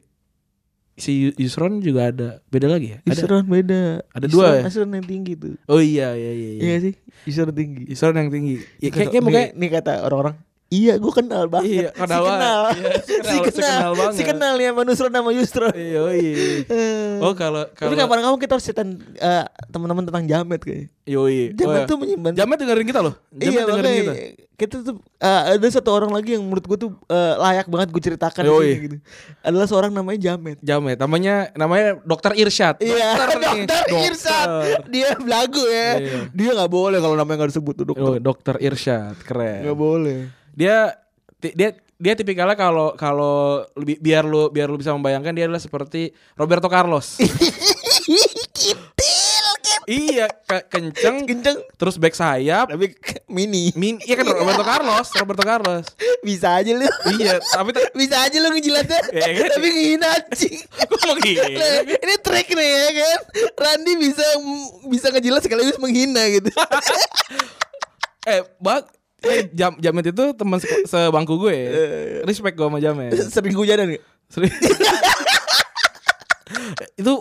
si Yu- Yusron juga ada. Beda lagi ya? Ada. Nusron beda. Ada dua ya? Nusron- Nusron yang tinggi tuh. Oh iya iya iya. Iya iya. nggak sih? Nusron tinggi. Yusron yang tinggi. Ya, kayak, Kata- kayak nih- mukanya nih kata orang-orang. Iya, gue kenal banget. Iya, kenal si banget. kenal. Iya, si si kenal- si kenal, kenal banget. Si kenal ya sama Nusron sama Yusron. Iya, oh iya. Oh kalau Tapi kalau kapan-kapan kita harus ceritain eh, teman-teman tentang jamet kayaknya. Yoi. Jamet Oh, tuh menyimpan. Jamet dengerin kita loh. Jamet iya dengerin makanya kita. kita tuh eh, ada satu orang lagi yang menurut gue tuh eh, layak banget gue ceritakan di Yoi. sini gitu. Adalah seorang namanya Jamet. Jamet namanya namanya Dokter Irsyad. Iya, nih. dokter Irsan. Dia belagu ya. Iya. Dia nggak boleh kalau namanya nggak disebut tuh Oh, dokter. Dokter Irsyad, keren. Nggak boleh. Dia ti- dia dia tipikalnya kalau kalau lu bi- biar lu biar lu bisa membayangkan dia adalah seperti Roberto Carlos. Kitil, kitil. iya, ke- kenceng, Kenceng. terus back sayap. Tapi mini. Min, iya kan Roberto Carlos, Roberto Carlos. Bisa aja lu. iya, tapi te- Bisa aja lu ngejilatnya. Iya, kan? Tapi ngehina anjing. Kok mau gini? Nah, ini trik nih ya kan. Randy bisa bisa ngejilat sekaligus menghina gitu. eh, bak eh, jam Jamet itu teman se- sebangku gue. Respect gue sama Jamet. Sering hujanan nggak? Serius. itu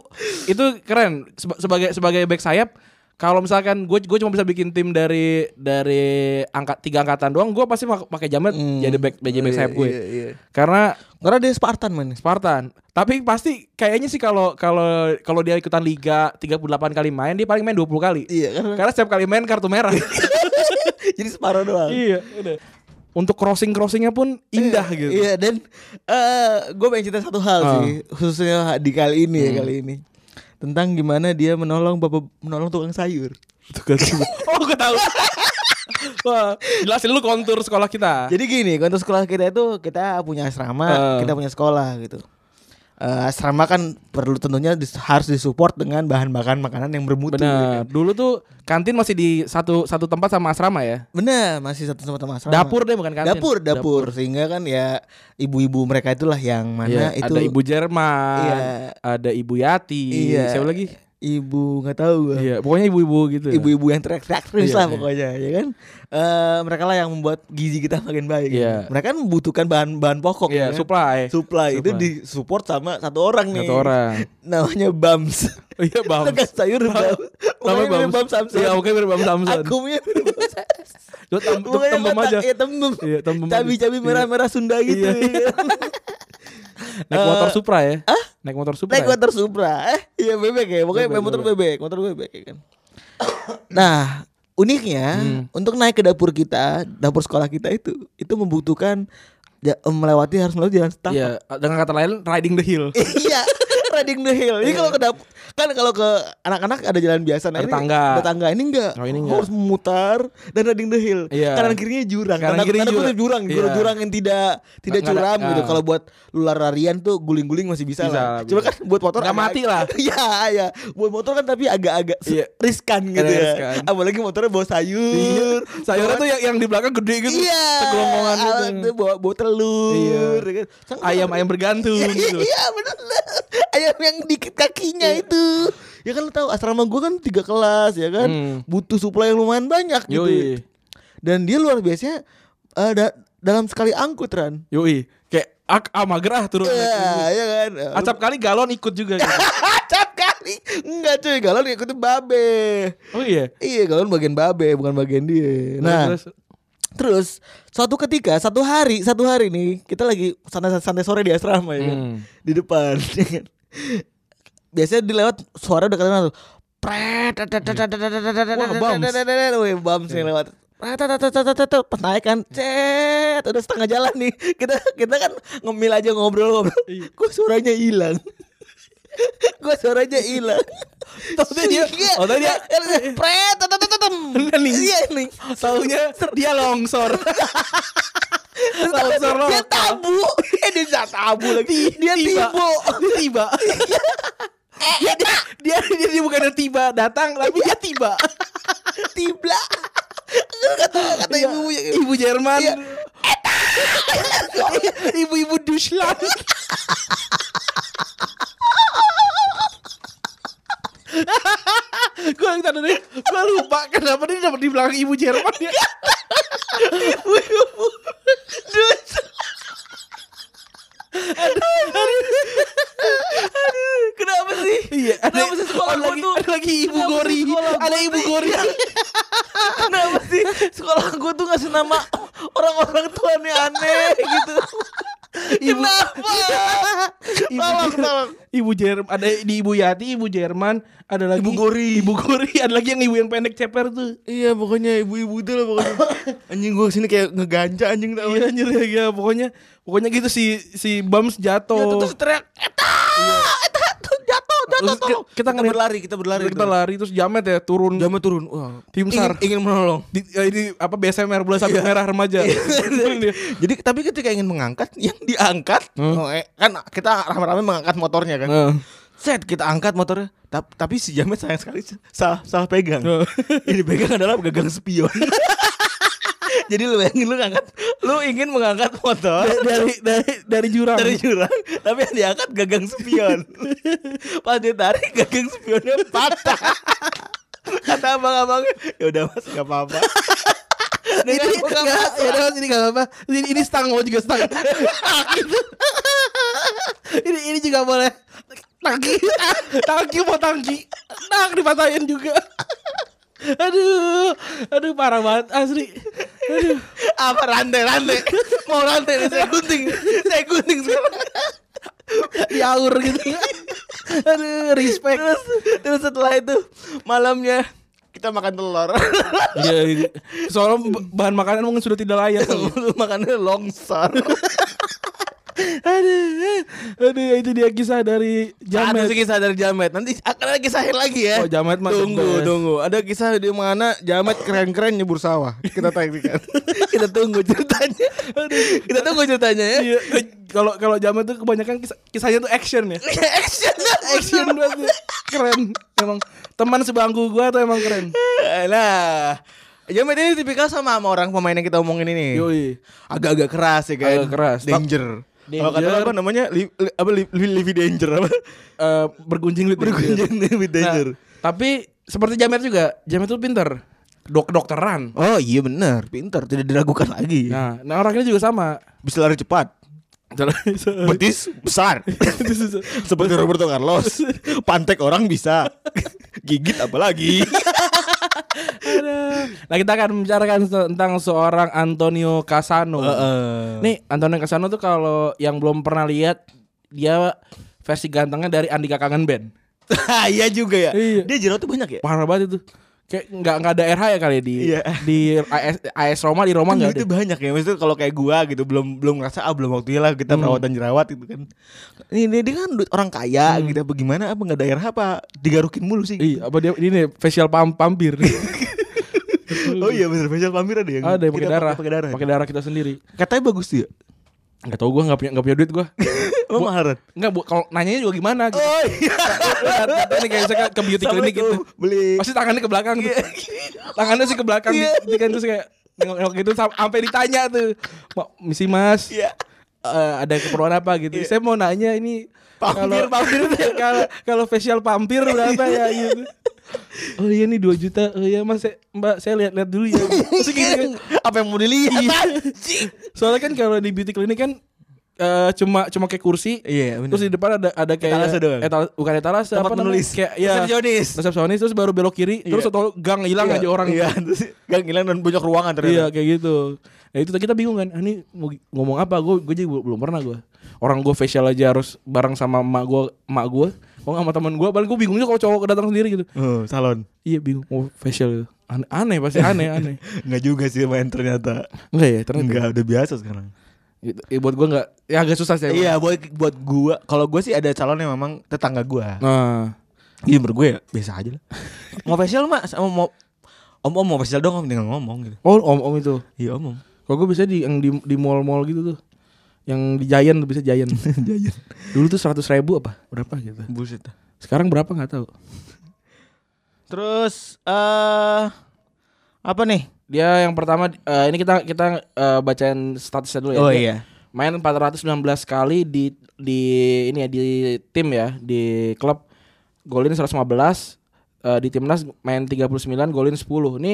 itu keren Seba- sebagai sebagai back sayap kalau misalkan gue gue cuma bisa bikin tim dari dari angkat tiga angkatan doang gue pasti mak- pakai jamet jadi back jadi back sayap gue Hmm. Iya, iya. karena Karena dia Spartan man. Spartan tapi pasti kayaknya sih kalau kalau kalau dia ikutan liga 38 kali main dia paling main 20 kali Iya karena karena setiap kali main kartu merah jadi separuh doang. Kan iya udah. untuk crossing crossingnya pun indah gitu Iya dan gue pengen cerita satu hal Ah. Hmm. sih khususnya di kali ini ya kali ini tentang gimana dia menolong bapak menolong tukang sayur. oh gue tahu Wah, jelasin lu kontur sekolah kita. Jadi gini, kantor sekolah kita itu kita punya asrama, Ah. kita punya sekolah gitu. Eh, asrama kan perlu tentunya dis- harus disupport dengan bahan bahan makanan yang bermutu. Benar. Nah, Dulu tuh kantin masih di satu satu tempat sama asrama ya. Benar, masih satu sama sama asrama. Dapur deh bukan kantin. Dapur, dapur, sehingga kan ya ibu-ibu mereka itulah yang mana Iya, itu ada ibu Jerman, Iya. ada ibu Yati, Iya. siapa lagi? ibu nggak tahu gua. Iya, pokoknya ibu-ibu gitu. ibu-ibu yang teriak-teriak terus Iya, lah iya. pokoknya ya kan Eh, mereka lah yang membuat gizi kita makin baik Iya. mereka kan membutuhkan bahan-bahan pokok Iya, ya kan? supply. Supply itu Supply. disupport sama satu orang nih Satu orang. namanya Bams Oh iya, Bams. Tukang sayur Bams Namanya Namanya Bams. Iya, mukanya mirip Bams Samson. Aku mirip Bams Samson. Lu tem- tem- Mukanya tembem kotak, aja. Iya tembem Iya, tembem aja. Cabi-cabi Iya. merah-merah Sunda gitu Iya. ya kan? Naik motor Supra ya? Hah? Naik motor Supra. Eh, ah? Naik ya? motor Supra eh, Iya bebek ya Pokoknya Bebek, motor bebek Motor bebek ya kan Nah uniknya Hmm. Untuk naik ke dapur kita Dapur sekolah kita itu Itu membutuhkan ja- Melewati harus melewati jalan setapak Iya, dengan kata lain riding the hill. Iya Riding the hill Iya. Ini kalau ke dapur Kan kalau ke anak-anak ada jalan biasa Nah, Ada ini tangga. Ada tangga Ini enggak Oh, ini enggak. Harus memutar Dan riding the hill Iya. Kanan kirinya jurang Kanan Tanda- kiri tanda jurang. kutip jurang Jurang- Iya. Jurang yang tidak Tidak Nggak ada- curam gitu ah. Kalau buat luar larian tuh Guling-guling masih bisa, Bisa lah lah, Cuma bisa. kan buat motor Nggak agak- mati lah. Iya iya Buat motor kan tapi agak-agak se- Iya. Riskan gitu Agak ya riskan. Apalagi motornya bawa sayur Sayurnya tuh yang, yang di belakang gede gitu. Iya Segelonggongan alat gitu. tuh Bawa, bawa telur Iya. ya kan. Sang- Ayam-ayam bergantung gitu. Iya bener Ayam yang dikit kakinya itu Ya kan lu tahu asrama gue kan tiga kelas ya kan Hmm. Butuh supply yang lumayan banyak gitu Yoi. Dan dia luar biasanya eh, da- Dalam sekali angkut Ran Yoi. Kayak ak ah mager ah turun. Iya ya kan Acap kali galon ikut juga gitu. Acap kali Enggak cuy galon ngikutin babe Oh iya. Iya galon bagian babe bukan bagian dia Nah Terus- Terus suatu ketika satu hari satu hari nih kita lagi santai-santai sore di asrama ya kan? Hmm. di depan. ya kan? Biasanya dilewat suara udah kedengeran tuh. Pret, tet, tet, tet, tet, tet, tet, tet, Wah, tet, Bams. tet, tet, tet, weh, Bams yang lewat. Tatatatatatatata, Pas naik kan Cet Udah setengah jalan nih Kita kita kan ngemil aja ngobrol-ngobrol Kok suaranya hilang Kok suaranya hilang Taunya dia- Iya. taunya dia- Pret tatatatatam. Nih. Iya nih Taunya dia longsor. longsor Dia tabu Eh dia nggak tabu lagi Dia Iya. tibo Dia tiba. Eh, Dia Dia dia, dia bukan ada tiba datang tapi dia Iya. tiba. tibla Kata, kata iya. ibunya Iya. Ibu Jerman. Ibu-ibu Duslan. gue yang tadi gue lupa kenapa dia dapat di belakang ibu Jerman ya. Kenapa sih Iya, ada, Kenapa sih sekolah ada gua lagi, tuh? ada lagi ibu Kenapa sih gori, sekolah Iya. gua ada ibu gori. Kenapa sih sekolah gue tuh ngasih nama orang-orang tuanya aneh gitu. Ibu- Kenapa? Ibu- Tolong, tolong. Ibu Jerman, ada di Ibu Yati, Ibu Jerman, ada lagi Ibu Gori. Ibu Gori, ada lagi yang ibu yang pendek ceper tuh. Iya pokoknya ibu-ibu itu lah pokoknya. Anjing gue sini kayak ngeganja anjing tau. Iya anjir ya, ya, pokoknya pokoknya gitu si si Bams jatuh. Jatuh Iya, terus teriak, "Eta! Eta! Jatuh, jatuh, Terus ki- tolong." kita ngeliat- Iya. kita lari, berlari. kita lari terus jamet ya turun. Jamnya turun. Wah, Tim ingin- SAR. ingin menolong. Di, ya, ini apa BSMR bola Iya. sabit merah remaja. Turun dia. Hmm. Jadi tapi ketika ingin mengangkat yang diangkat oh, eh, kan kita rame-rame mengangkat motornya kan. Heeh. Set kita angkat motornya Ta- Tapi si Jamet sayang sekali s- Salah, salah pegang Heeh. Ini pegang adalah gagang spion Jadi lu bayangin lu ngangkat Lu ingin mengangkat motor dari dari dari jurang. Dari jurang Tapi yang diangkat gagang spion Pas dia tarik gagang spionnya patah Kata abang-abang ya udah mas gak apa-apa ini Dengan buka enggak, ya udah, Mas, ini enggak apa-apa. Ini, ini stang mau juga stang. ini ini juga boleh. Tangki, tangki mau tangki. Tang dipatahin juga. Aduh, aduh parah banget asli. Aduh. Apa rantai-rantai Mau rantai nih, saya gunting Saya gunting sekarang Diaur gitu. Aduh, respect. terus terus setelah itu malamnya kita makan telur Iya, ini. soalnya b- bahan makanan mungkin sudah tidak layak. makannya longsor aduh, aduh itu dia kisah dari Jamet. Jamet. kisah dari Jamet nanti akan ada kisah akhir lagi ya Oh, Jamet mah the tunggu best. tunggu ada kisah di mana Jamet keren-keren nyebur sawah kita tayangkan kita tunggu ceritanya kita tunggu ceritanya ya Iya, eh, kalau kalau Jamet tuh kebanyakan kisah, kisahnya tuh action ya. action action banget tuh. keren emang teman sebangku gua tuh emang keren nah Jamet ini tipikal sama sama orang pemain yang kita omongin ini yoi agak-agak keras ya kan Agak keras. danger kalau kata Danger. lu apa namanya li, li- apa li, li, livy danger apa Eh, bergunjing with danger. berkunjung livy danger Nah, tapi seperti Jamet juga Jamet tuh pinter dok dokteran oh iya benar pintar tidak diragukan lagi nah nah orangnya juga sama bisa lari cepat betis besar seperti Roberto Carlos pantek orang bisa gigit apalagi nah kita akan membicarakan se- tentang seorang Antonio Casano nih Antonio Casano tuh kalau yang belum pernah lihat dia versi gantengnya dari Andika Kangen Band iya juga ya Iya. dia jerawat tuh banyak ya parah banget itu kayak nggak nggak ada RH ya kali di Iya. di AS, AS Roma di Roma nggak Kan ada itu banyak ya Maksudnya kalau kayak gua gitu Belum belum ngerasa Ah belum waktunya lah Hmm. Kita perawatan jerawat gitu kan Ini dia, dia kan du- orang kaya gitu Apa gimana Apa nggak daerah apa Digarukin mulu Hmm. sih gitu. Iya, apa dia ini nih, facial pam pampir. Iya. Oh iya bener Facial Pamir ada yang ada yang kita pakai darah. Pakai darah Pakai darah kita sendiri. Katanya bagus dia Enggak tahu gua enggak punya enggak punya duit gua. Iya. Emang mahal Ren? Enggak, bu, kalau nanyanya juga gimana gitu. Oh iya Datang nih kayak misalnya ke beauty clinic gitu. Assalamualaikum. Beli Pasti tangannya ke belakang gitu. Tangannya sih ke belakang Iya. gitu kan terus kayak nengok-nengok gitu sam- sampai ditanya tuh. "Mak, Misi Mas. Iya eh, ada keperluan apa gitu. Saya mau nanya ini Pampir, kalau- kalau kalau facial pampir berapa ya gitu. Oh iya nih 2 juta. Oh iya Mas, saya- Mbak saya lihat-lihat dulu ya. Iya. Terus gitu kan. Apa yang mau dilihat Iya. anjing? Soalnya kan kalau di beauty clinic kan eh, cuma cuma kayak kursi. Iya bener Terus di depan ada ada kayak Etalase doang. etala- bukan etalase Tempat apa namanya? menulis. kayak ya Resepsionis. resepsionis terus baru belok kiri terus atau gang hilang Iya, aja orang Iya terus Gang hilang dan banyak ruangan Iya ternyata kayak gitu. Nah itu kita bingung kan. Ah, Ini mau gi- ngomong apa? Gue gue jadi belum belum pernah gue. Orang gue facial aja harus bareng sama emak gue emak gue. Kalau nggak sama teman gue, paling gue bingungnya kalau cowok datang sendiri gitu. Oh, salon. Iya bingung mau facial gitu. Aneh, aneh pasti aneh aneh. Enggak juga sih main ternyata. Enggak ya ternyata. Enggak, udah biasa sekarang. Gitu. Ya, buat gue nggak, ya agak susah sih. Iya, buat buat gua kalau gua sih ada calon yang memang tetangga gua. Nah, Iya menurut gue ya biasa aja lah. mau facial mah sama mau om om mau facial dong om tinggal ngomong gitu. oh om om itu. Iya om om. Kalau gue bisa di yang di, di mall-mall gitu tuh, yang di Giant tuh bisa Giant. Jajan. Dulu tuh seratus ribu apa? Berapa gitu? Buset. Sekarang berapa nggak tahu. Terus eh apa nih? Dia yang pertama eh, ini kita kita eh, bacain statusnya dulu ya. Oh Dia iya. Main 419 kali di di ini ya di tim ya, di klub golin 115 eh, di timnas main 39 golin 10. Ini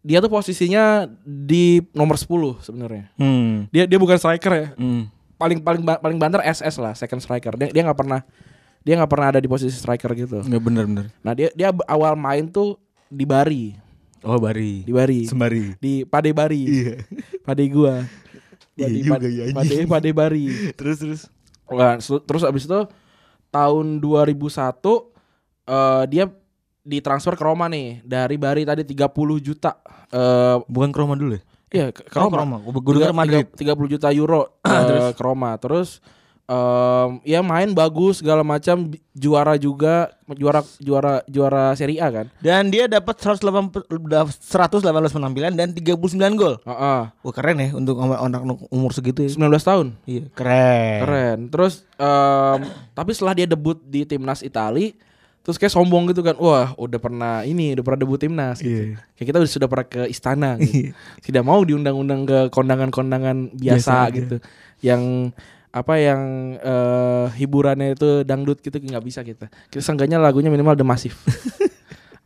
dia tuh posisinya di nomor 10 sebenarnya. Hmm. Dia dia bukan striker ya. Hmm. Paling paling ba- paling banter SS lah, second striker. Dia dia nggak pernah dia nggak pernah ada di posisi striker gitu. Enggak bener bener. Nah, dia dia awal main tuh di Bari, Oh Bari. di Bari. Sembari. di Pade Bari. Iya. Pade gua. Iya Pade- juga Pade- ya, Pade anjing. Pade Bari. terus terus. Wah, su- terus abis itu tahun 2001 eh dia ditransfer ke Roma nih dari Bari tadi 30 juta. Eh Bukan ke Roma dulu ya? iya ke, ke Roma. Gue dengar Madrid. Tiga- 30 juta euro eh, ke Roma. Terus em, ya main bagus segala macam bi- juara juga juara juara juara Serie A kan. Dan dia dapat 180 118 penampilan dan 39 gol. Heeh. Wah keren ya untuk anak anak umur segitu ya. 19 tahun. Iya, keren. Keren. Terus em, tapi setelah dia debut di timnas Itali, terus kayak sombong gitu kan. Wah, udah pernah ini, udah pernah debut timnas gitu. Iya. Kayak kita udah sudah pernah ke istana gitu. Tidak mau diundang-undang ke kondangan-kondangan biasa, Biasa aja. gitu. Yang apa yang eh, hiburannya itu dangdut gitu nggak bisa kita. Kita seenggaknya lagunya minimal The Massive.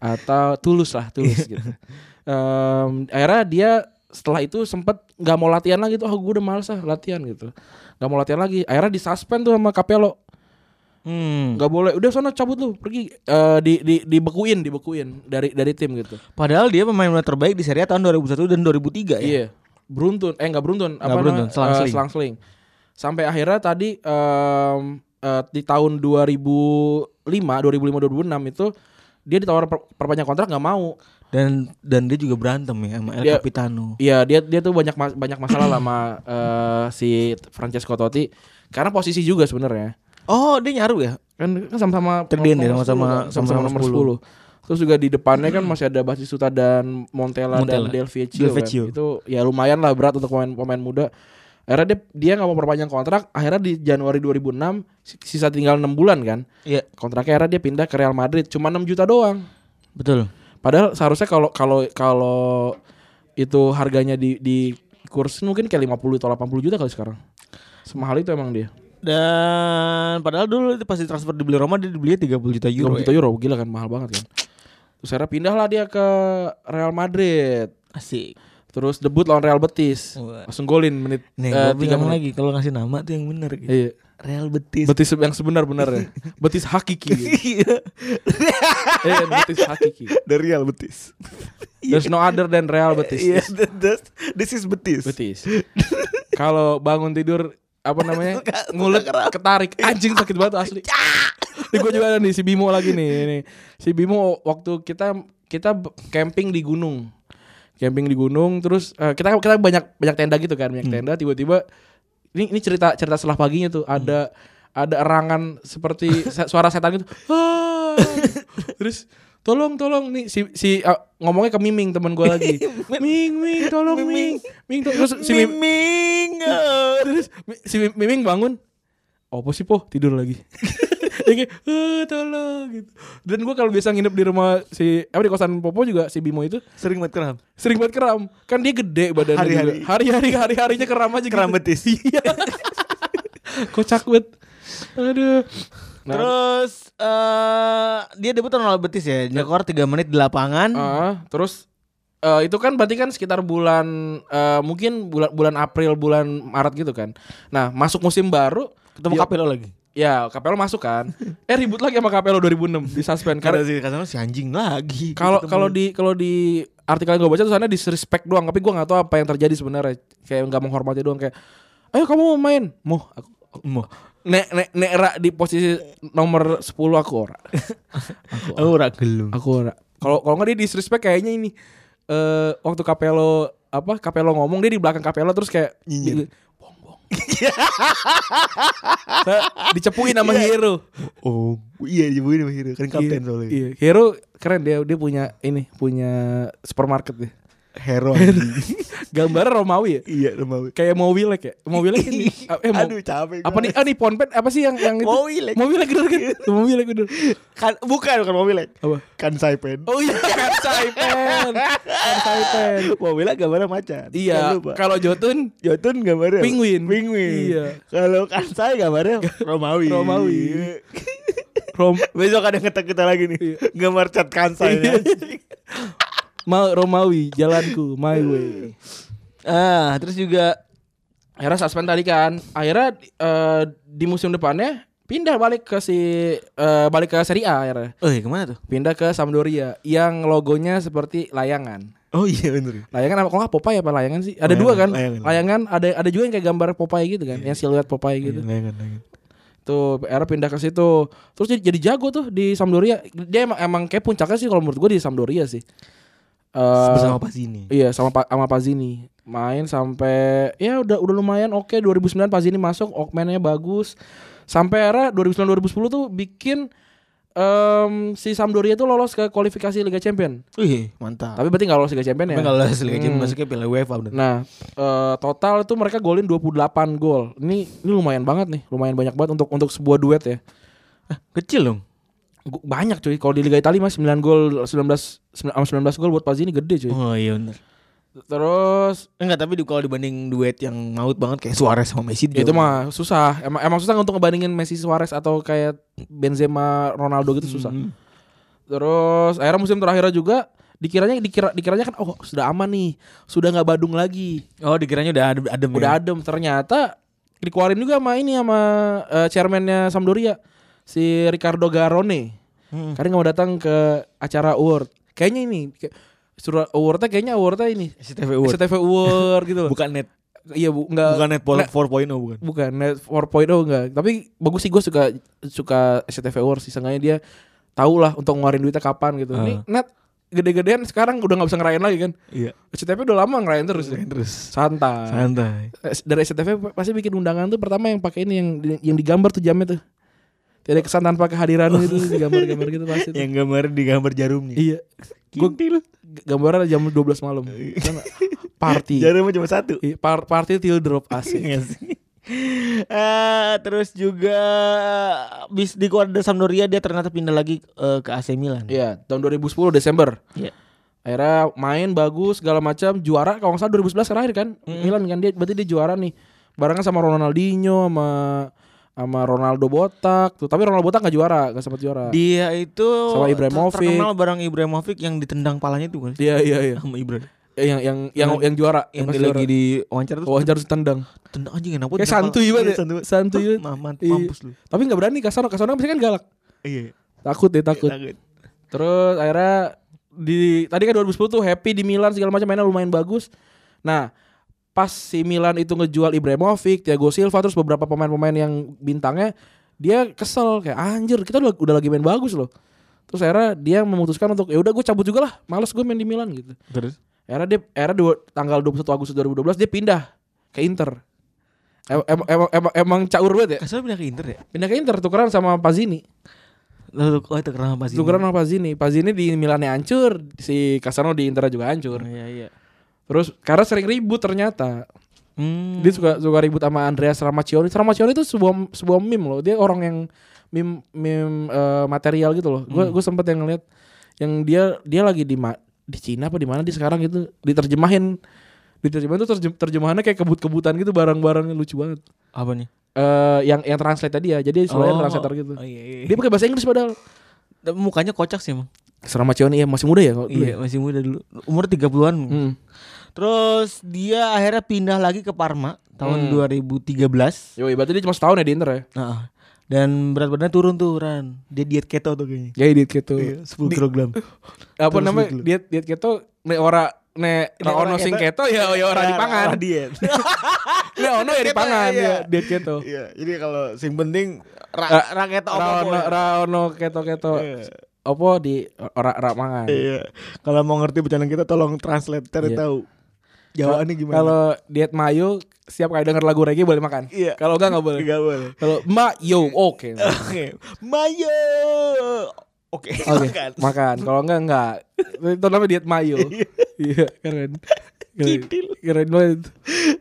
atau tulus lah tulus gitu. Em, akhirnya dia setelah itu sempet nggak mau latihan lagi tuh, ah gue udah males ah latihan gitu, nggak mau latihan lagi. Akhirnya disuspend tuh sama Capello, Hmm. nggak boleh, udah sana cabut lu pergi Eh, di, di dibekuin dibekuin dari dari tim gitu. Padahal dia pemain bola terbaik di Serie A tahun 2001 dan 2003 ya. Iya. Beruntun, eh nggak beruntun, apa beruntun, namanya? selang-seling. Eh, selang-seling. Sampai akhirnya tadi em, eh, di tahun 2005, 2005 2006 itu dia ditawar per- perpanjang kontrak nggak mau. Dan dan dia juga berantem ya sama El Dia- Capitano. Iya, dia dia tuh banyak mas- banyak masalah lah sama eh, si Francesco Totti karena posisi juga sebenarnya. Oh, dia nyaru ya? Kan kan sama-sama Terdiri nomor 10 sama-sama- kan? sama-sama sama-sama nomor 10. 10. Terus juga di depannya kan masih ada Batistuta dan Montella, dan Montella. Del Vecchio, Del kan. Vecchio. Itu ya lumayan lah berat untuk pemain pemain muda. Akhirnya dia dia nggak mau perpanjang kontrak. Akhirnya di Januari 2006 si- sisa tinggal 6 bulan kan. Iya, Kontraknya akhirnya dia pindah ke Real Madrid cuma 6 juta doang. betul. Padahal seharusnya kalau kalau kalau itu harganya di di kursin mungkin kayak 50 atau 80 juta kali sekarang. Semahal itu emang dia. Dan padahal dulu itu pasti transfer dibeli Roma dia dibeli 30 juta euro. 30 juta gitu. ya. euro gila kan mahal banget kan. Terus akhirnya pindah lah dia ke Real Madrid. Asik. Terus debut lawan Real Betis. Wah. Langsung golin menit Oh, iya. Nih, eh, gua tiga bilang menit. lagi kalau ngasih nama tuh yang bener gitu. Iya. Real Betis. Betis yang sebenar-benarnya. Betis hakiki. Iya. eh, Betis hakiki. The Real Betis. There's no other than Real Betis. Iya, that's- this is Betis. Betis. Kalau bangun tidur apa namanya ngulet ketarik anjing sakit banget tuh asli. Ini gue juga ada nih si Bimo lagi nih. Ini. Si Bimo waktu kita kita b- camping di gunung, camping di gunung terus eh, kita kita banyak banyak tenda gitu kan banyak tenda tiba-tiba ini ini cerita cerita setelah paginya tuh Hmm. ada ada erangan seperti se- suara setan gitu. Ah. terus tolong tolong nih si si ah, ngomongnya ke Miming teman gue lagi. Ming Ming tolong Ming. Ming to- terus si Mim- Miming. terus Mi- si Mim- Miming bangun. Apa sih po tidur lagi. Dia kayak, "Eh, tolong gitu. Dan gue kalau biasa nginep di rumah si apa di kosan Popo juga si Bimo itu Sering banget keram. sering banget keram. Kan dia gede badannya Hari-hari. juga. Hari-hari hari-harinya keram aja Keram gitu. Betis. Kocak banget. Aduh. Nah, Terus eh dia debut lawan Real Betis ya. Nyekor 3 menit di lapangan. Ah, terus eh, itu kan berarti kan sekitar bulan eh, mungkin bulan bulan April bulan Maret gitu kan. Nah masuk musim baru ketemu dia- Capello lagi. Ya Capello masuk kan. eh ribut lagi sama Capello 2006 di suspend karena Karena si Kasano si anjing lagi. kalau Ketemu. kalau di kalau di artikel yang gue baca tulisannya disrespect doang tapi gue nggak tahu apa yang terjadi sebenarnya kayak nggak menghormati doang kayak ayo kamu mau main mau aku Mo. nek nek nek ra di posisi nomor 10 aku ora. Oh, ora gelem. Aku ora. Kalau kalau nggak dia disrespect kayaknya ini eh waktu Capello apa Capello ngomong dia di belakang Capello terus kayak Nyinyir. bong bong. Sa- Dicepuin Iya. sama Hero. Oh, iya jebuin sama Hiro kan kapten Iya, soalnya. Iya, Hero keren dia dia punya ini punya supermarket deh. Hero. anjing. Gambar Romawi ya. iya, Romawi. Kayak mau wilek ya. Mau wilek ini. Eh, mau, Aduh, capek apa gua. nih? Ah nih Ponpet apa sih yang yang itu? Mau wilek. Mau wilek bener kan? Mau wilek bener. Kan bukan bukan mobil. Apa? Kan Saipen. Oh iya, kansai pen. Kansai pen. Mobilnya gambarnya macan. Jangan Iya, lupa. kalau Jotun Jotun gambarnya Penguin. Penguin. Iya. Kalau Kansai gambarnya Romawi. Romawi. Rom Besok ada ngetek kita lagi nih. Iya. Gambar Kan cat Kansai. Iya. Ma Romawi, jalanku, my way. Nah, ah, terus juga Akhirnya suspend tadi kan. Akhirnya eh, di musim depannya pindah balik ke si eh, balik ke Serie A akhirnya. Oh, iya, kemana tuh? Pindah ke Sampdoria yang logonya seperti layangan. Oh iya bener. Layangan apa? Kalau nggak Popeye apa layangan sih? Ada Layangan, dua kan? layangan. Layangan, ada ada juga yang kayak gambar Popeye gitu kan, yang siluet Popeye gitu. Layangan, layangan. Tuh, era pindah ke situ. Terus jadi, jadi jago tuh di Sampdoria. Dia emang emang kayak puncaknya sih kalau menurut gue di Sampdoria sih. Eh, Bersama Pasini. Iya, sama Pa- sama Pazini. Main sampai ya udah udah lumayan oke 2009 Pazini masuk, Oakman-nya bagus. Sampai era 2009 2010 tuh bikin em, si Sampdoria tuh lolos ke kualifikasi Liga Champion. Wih, mantap. oh, iya. Tapi berarti nggak lolos Liga Champion ya. Tapi kalau Liga Champions Hmm. masuknya Piala UEFA bener. Nah, eh, total itu mereka golin 28 gol. Ini ini lumayan banget nih, lumayan banyak banget untuk untuk sebuah duet ya. Kecil dong. Gu- Banyak cuy. Kalau di Liga Italia mah 9 gol 19 sembilan- sama 19 gol buat Pazini gede cuy. Oh iya bener. Terus Enggak, tapi di- kalau dibanding duet yang maut banget kayak Suarez sama Messi ya dia itu jauh. Hmm. mah susah. Emang emang susah untuk ngebandingin Messi Suarez atau kayak Benzema Ronaldo gitu susah. Hmm. Terus akhirnya musim terakhirnya juga dikiranya dikira dikiranya kan oh sudah aman nih, sudah nggak badung lagi. Oh, dikiranya udah adem, adem udah ya? adem ternyata dikeluarin juga sama ini sama eh, chairmannya Sampdoria si Ricardo Garone Hmm. karena nggak mau datang ke acara award kayaknya ini kayak- suruh awardnya kayaknya awardnya ini SCTV Award. STV Award gitu loh Bukan net iya bu nggak bukan net pol- nggak- 4.0 oh, bukan. bukan net 4.0 enggak tapi bagus sih gue suka suka SCTV Award sih sengaja dia tahu lah untuk ngeluarin duitnya kapan gitu ini net gede-gedean sekarang udah nggak bisa ngerayain lagi kan Iya. SCTV udah lama ngerayain terus ya. Terus santai santai. Eh, dari SCTV pasti bikin undangan tuh pertama yang pakai ini yang di- yang digambar tuh jamnya tuh. Tidak ada kesan tanpa kehadiran gitu digambar-gambar gitu pasti. tuh. Yang gambar di gambar jarumnya. Iya. Gue Kintil. gambarnya jam 12 malam. Tau nggak? Party. Jarumnya cuma satu. Iya, par- party till drop asik. Iya sih. Eh, terus juga eh, bis di keluar dari Sampdoria dia ternyata pindah lagi eh, ke AC Milan. Iya, tahun 2010 Desember. Iya. Akhirnya main bagus segala macam, juara kalau nggak salah 2011 terakhir kan. Milan kan dia berarti dia juara nih. Barengan sama Ronaldinho sama sama Ronaldo botak tuh. Tapi Ronaldo botak nggak juara, nggak sempat juara. Dia itu Sama Ibrahimovic. ter- terkenal barang Ibrahimovic yang ditendang palanya itu kan. Iya iya iya. Sama Ibra. Eh, Yang yang yang yang juara Yang pas dia juara. lagi di wawancara tuh. wawancara harus ditendang. Tendang anjing kenapa? Kayak tendang santuy pala- banget Iya, ya. santuy. Santuy Hah, banget. Mamat, Iya. mampus lu. Tapi nggak berani Kasano, Kasano pasti kan galak. Iya. Takut deh takut. Takut. Terus akhirnya di tadi kan 2010 tuh happy di Milan segala macam mainnya lumayan bagus. Nah, pas si Milan itu ngejual Ibrahimovic, Thiago Silva terus beberapa pemain-pemain yang bintangnya dia kesel kayak anjir kita udah, udah lagi main bagus loh. Terus akhirnya dia memutuskan untuk ya udah gue cabut juga lah, males gue main di Milan gitu. Terus Era dia era dua, tanggal 21 Agustus 2012 dia pindah ke Inter. Em- em- Emang emang emang, caur banget ya. Kasar pindah ke Inter ya? Pindah ke Inter tukeran sama Pazini. Lalu oh itu kenapa sih? Tukeran sama Pazini. Pazini di Milannya hancur, si Casano di Inter juga hancur. Iya iya. Terus karena sering ribut ternyata. Hmm. Dia suka suka ribut sama Andreas Ramacioni. Ramacioni itu sebuah sebuah meme loh. Dia orang yang meme meme eh, material gitu loh. Hmm. Gue gue sempet yang ngeliat yang dia dia lagi di ma- di Cina apa di mana di sekarang gitu diterjemahin diterjemahin tuh terjem- terjemahannya kayak kebut-kebutan gitu barang-barangnya lucu banget. apa nih? Eh yang yang translate tadi ya. Jadi selain translator gitu. Oh, iya, iya. Dia pakai bahasa Inggris padahal. Tapi mukanya kocak sih emang. Ramacioni ya masih muda ya kalau dulu ya? Iya, masih muda dulu. Umur 30-an. Hmm. Terus dia akhirnya pindah lagi ke Parma tahun 2013. Yoi, berarti dia cuma setahun ya di Inter ya. Nah, dan berat badannya turun tuh Ran. Dia diet keto tuh kayaknya. Jadi diet keto. Iya, 10 kilogram. Apa Terus namanya? dulu. Diet diet keto nek ora nek ra ono sing keto ya ya ora dipangan. diet. Nek ono ya Iya, Keto, dipangan iya. ya diet keto. Iya, jadi kalau sing penting Ra- ra, ra keto Ra apa ono ra ono keto-keto. Iya. Opo di ora ra mangan. Iya. Kalau mau ngerti bercanda kita tolong translate cari Iya. tahu. Jawabannya gimana? Kalau diet mayo setiap kali denger lagu reggae boleh makan. Iya. Kalau enggak enggak boleh. Gak boleh. Kalau mayo oke. Oke. Mayo. Oke. Oke, Kan? makan. makan. Kalau enggak enggak. Itu namanya diet mayo. Iya, keren. Keren. Kidil. Keren banget.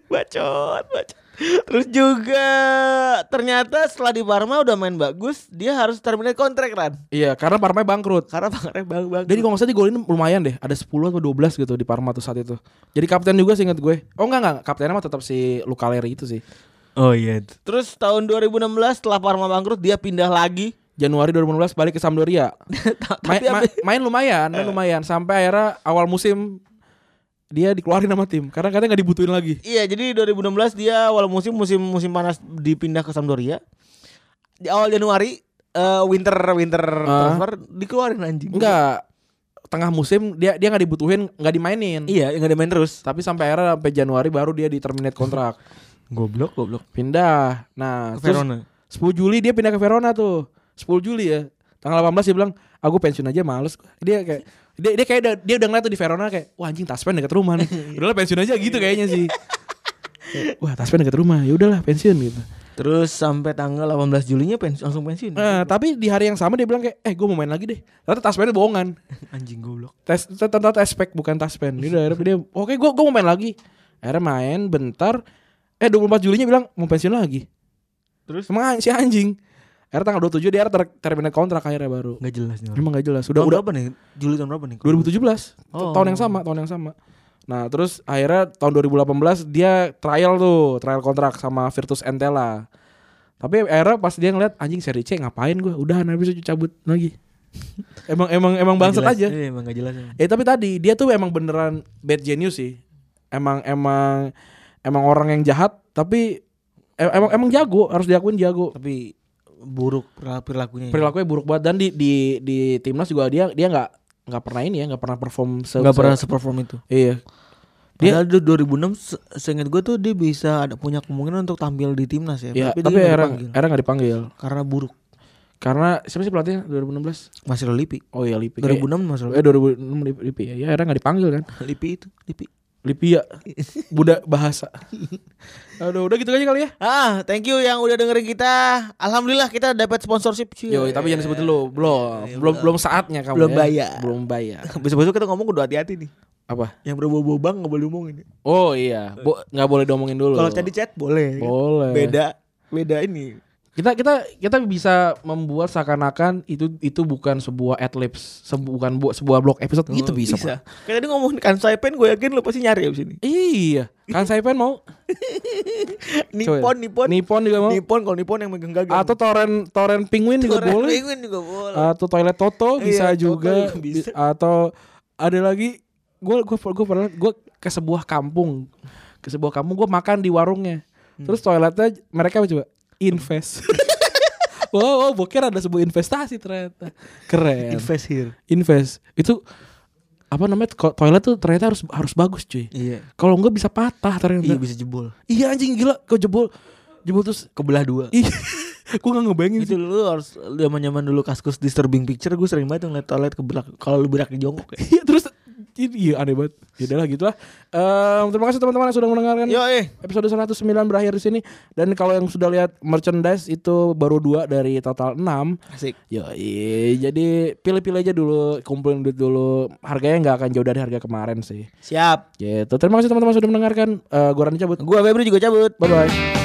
Bacot, bacot. Terus juga ternyata setelah di Parma udah main bagus, dia harus terminate kontrak kan. Iya, karena Parma bangkrut. Karena bang bang bang. Jadi kalau nggak salah di golin lumayan deh, ada 10 atau 12 gitu di Parma tuh saat itu. Jadi kapten juga sih inget gue. Oh enggak enggak, kaptennya mah tetap si Lukaleri itu sih. Oh iya. Terus tahun 2016 setelah Parma bangkrut dia pindah lagi. Januari 2015 balik ke Sampdoria. main, Tapi ya? Eh. ma- main lumayan, main lumayan sampai akhirnya awal musim dia dikeluarin sama tim karena katanya nggak dibutuhin lagi. Iya, jadi 2016 dia awal musim musim musim panas dipindah ke Sampdoria. Di awal Januari eh, winter winter Ah. transfer dikeluarin anjing. Enggak tengah musim dia dia nggak dibutuhin, nggak dimainin. Iya, enggak dimain terus. Tapi sampai akhirnya sampai Januari baru dia di terminate kontrak. Goblok, goblok. Pindah. Nah, Ke terus Verona. 10 Juli dia pindah ke Verona tuh. 10 Juli ya. Tanggal 18 dia bilang, "Aku pensiun aja males." Dia kayak dia, dia kayak udah- dia udah ngeliat tuh di Verona kayak, "Wah, anjing Taspen deket rumah nih." Udahlah pensiun aja gitu kayaknya sih. Kayak, Wah, Taspen deket rumah. Ya udahlah pensiun gitu. Terus sampai tanggal 18 Julinya pensiun langsung pensiun. Nah, tapi di hari yang sama dia bilang kayak, "Eh, gue mau main lagi deh." Ternyata Taspennya bohongan. Anjing goblok. Tes ternyata Taspek bukan Taspen. Dia udah akhirnya dia, "Oke, gue gue mau main lagi." Akhirnya main bentar. Eh, 24 Julinya bilang mau pensiun lagi. Terus Emang si anjing. Akhirnya tanggal 27 dia ter terminate kontrak akhirnya baru. Enggak jelas nih. orang. Emang gak jelas. Udah Tahun udah berapa nih? Juli tahun berapa nih? 2017. Oh. Tahun yang sama, tahun yang sama. Nah, terus akhirnya tahun 2018 dia trial tuh, trial kontrak sama Virtus Entella. Tapi akhirnya pas dia ngeliat anjing seri C ngapain gue? Udahan habis itu cabut lagi. emang emang emang bangsat Nggak aja. jelas. Iya, emang enggak jelas. emang. Eh tapi tadi dia tuh emang beneran bad genius sih. Emang emang emang orang yang jahat tapi em- emang emang jago, harus diakuin jago. Tapi buruk perilakunya. ya. perilakunya buruk banget dan di di di timnas juga dia dia nggak nggak pernah ini ya nggak pernah perform se, Enggak se- pernah seperform itu. iya Dia- Padahal Dia, 2006 se- seingat gue tuh dia bisa ada punya kemungkinan untuk tampil di timnas ya. ya, dia tapi nggak era dipanggil. era nggak dipanggil karena buruk. karena siapa sih pelatihnya 2016 Masih lo Lipi. oh iya Lipi 2006 masih lo eh 2006 Lipi, Lipi ya, ya era nggak dipanggil kan Lipi itu, Lipi. Lipi ya budak bahasa aduh udah gitu aja kali ya Ah, thank you yang udah dengerin kita. Alhamdulillah kita dapat sponsorship. cuy. Yo, tapi jangan disebut iya. dulu, belum, belum, belum saatnya kamu Belum ya. bayar. belum bayar. Besok-besok kita ngomong udah hati-hati nih. Apa? Yang berbau-bau bang nggak boleh ya. ngomongin. Oh iya, Bo- nggak boleh diomongin dulu. Kalau tadi chat boleh. kan? boleh. Beda, beda ini. kita kita kita bisa membuat seakan-akan itu itu bukan sebuah adlibs sebu- bukan bu, sebuah blog episode gitu Hmm, bisa, Pak. Kayak tadi ngomongin Kansai Pen, gue yakin lo pasti nyari abis ini. iya kan saya pengen mau Nippon, Nippon, Nippon juga mau Nippon kalau Nippon yang megang gagang. atau torrent torrent penguin juga Torrent boleh Ah, Penguin juga boleh. Eh, atau toilet toto bisa Iya, Toto juga juga bisa. Bi- atau ada lagi gue gue gue pernah gue ke sebuah kampung ke sebuah kampung gue makan di warungnya Hmm. terus toiletnya mereka apa coba invest Wow, wow, boker ada sebuah investasi ternyata. Keren. Invest here. invest itu apa namanya ko- toilet tuh ternyata harus harus bagus cuy Iya. kalau enggak bisa patah Iya ternyata bisa jebol. iya anjing gila kau jebol jebol terus Kebelah dua. ih gue nggak ngebayangin sih Itu dulu harus zaman zaman dulu kaskus disturbing picture gue sering banget ngeliat toilet kebelah kalau lu berak jongkok ya. iya terus iya aneh banget ya udahlah gitu lah Em, terima kasih teman-teman yang sudah mendengarkan Yo eh. episode 109 berakhir di sini dan kalau yang sudah lihat merchandise itu baru dua dari total 6 Asik. Yoi, jadi pilih-pilih aja dulu, kumpulin duit dulu. Harganya nggak akan jauh dari harga kemarin sih. Siap. Gitu. Terima kasih teman-teman sudah mendengarkan. Eh, gua Rani cabut. Gue Febri juga cabut. Bye bye.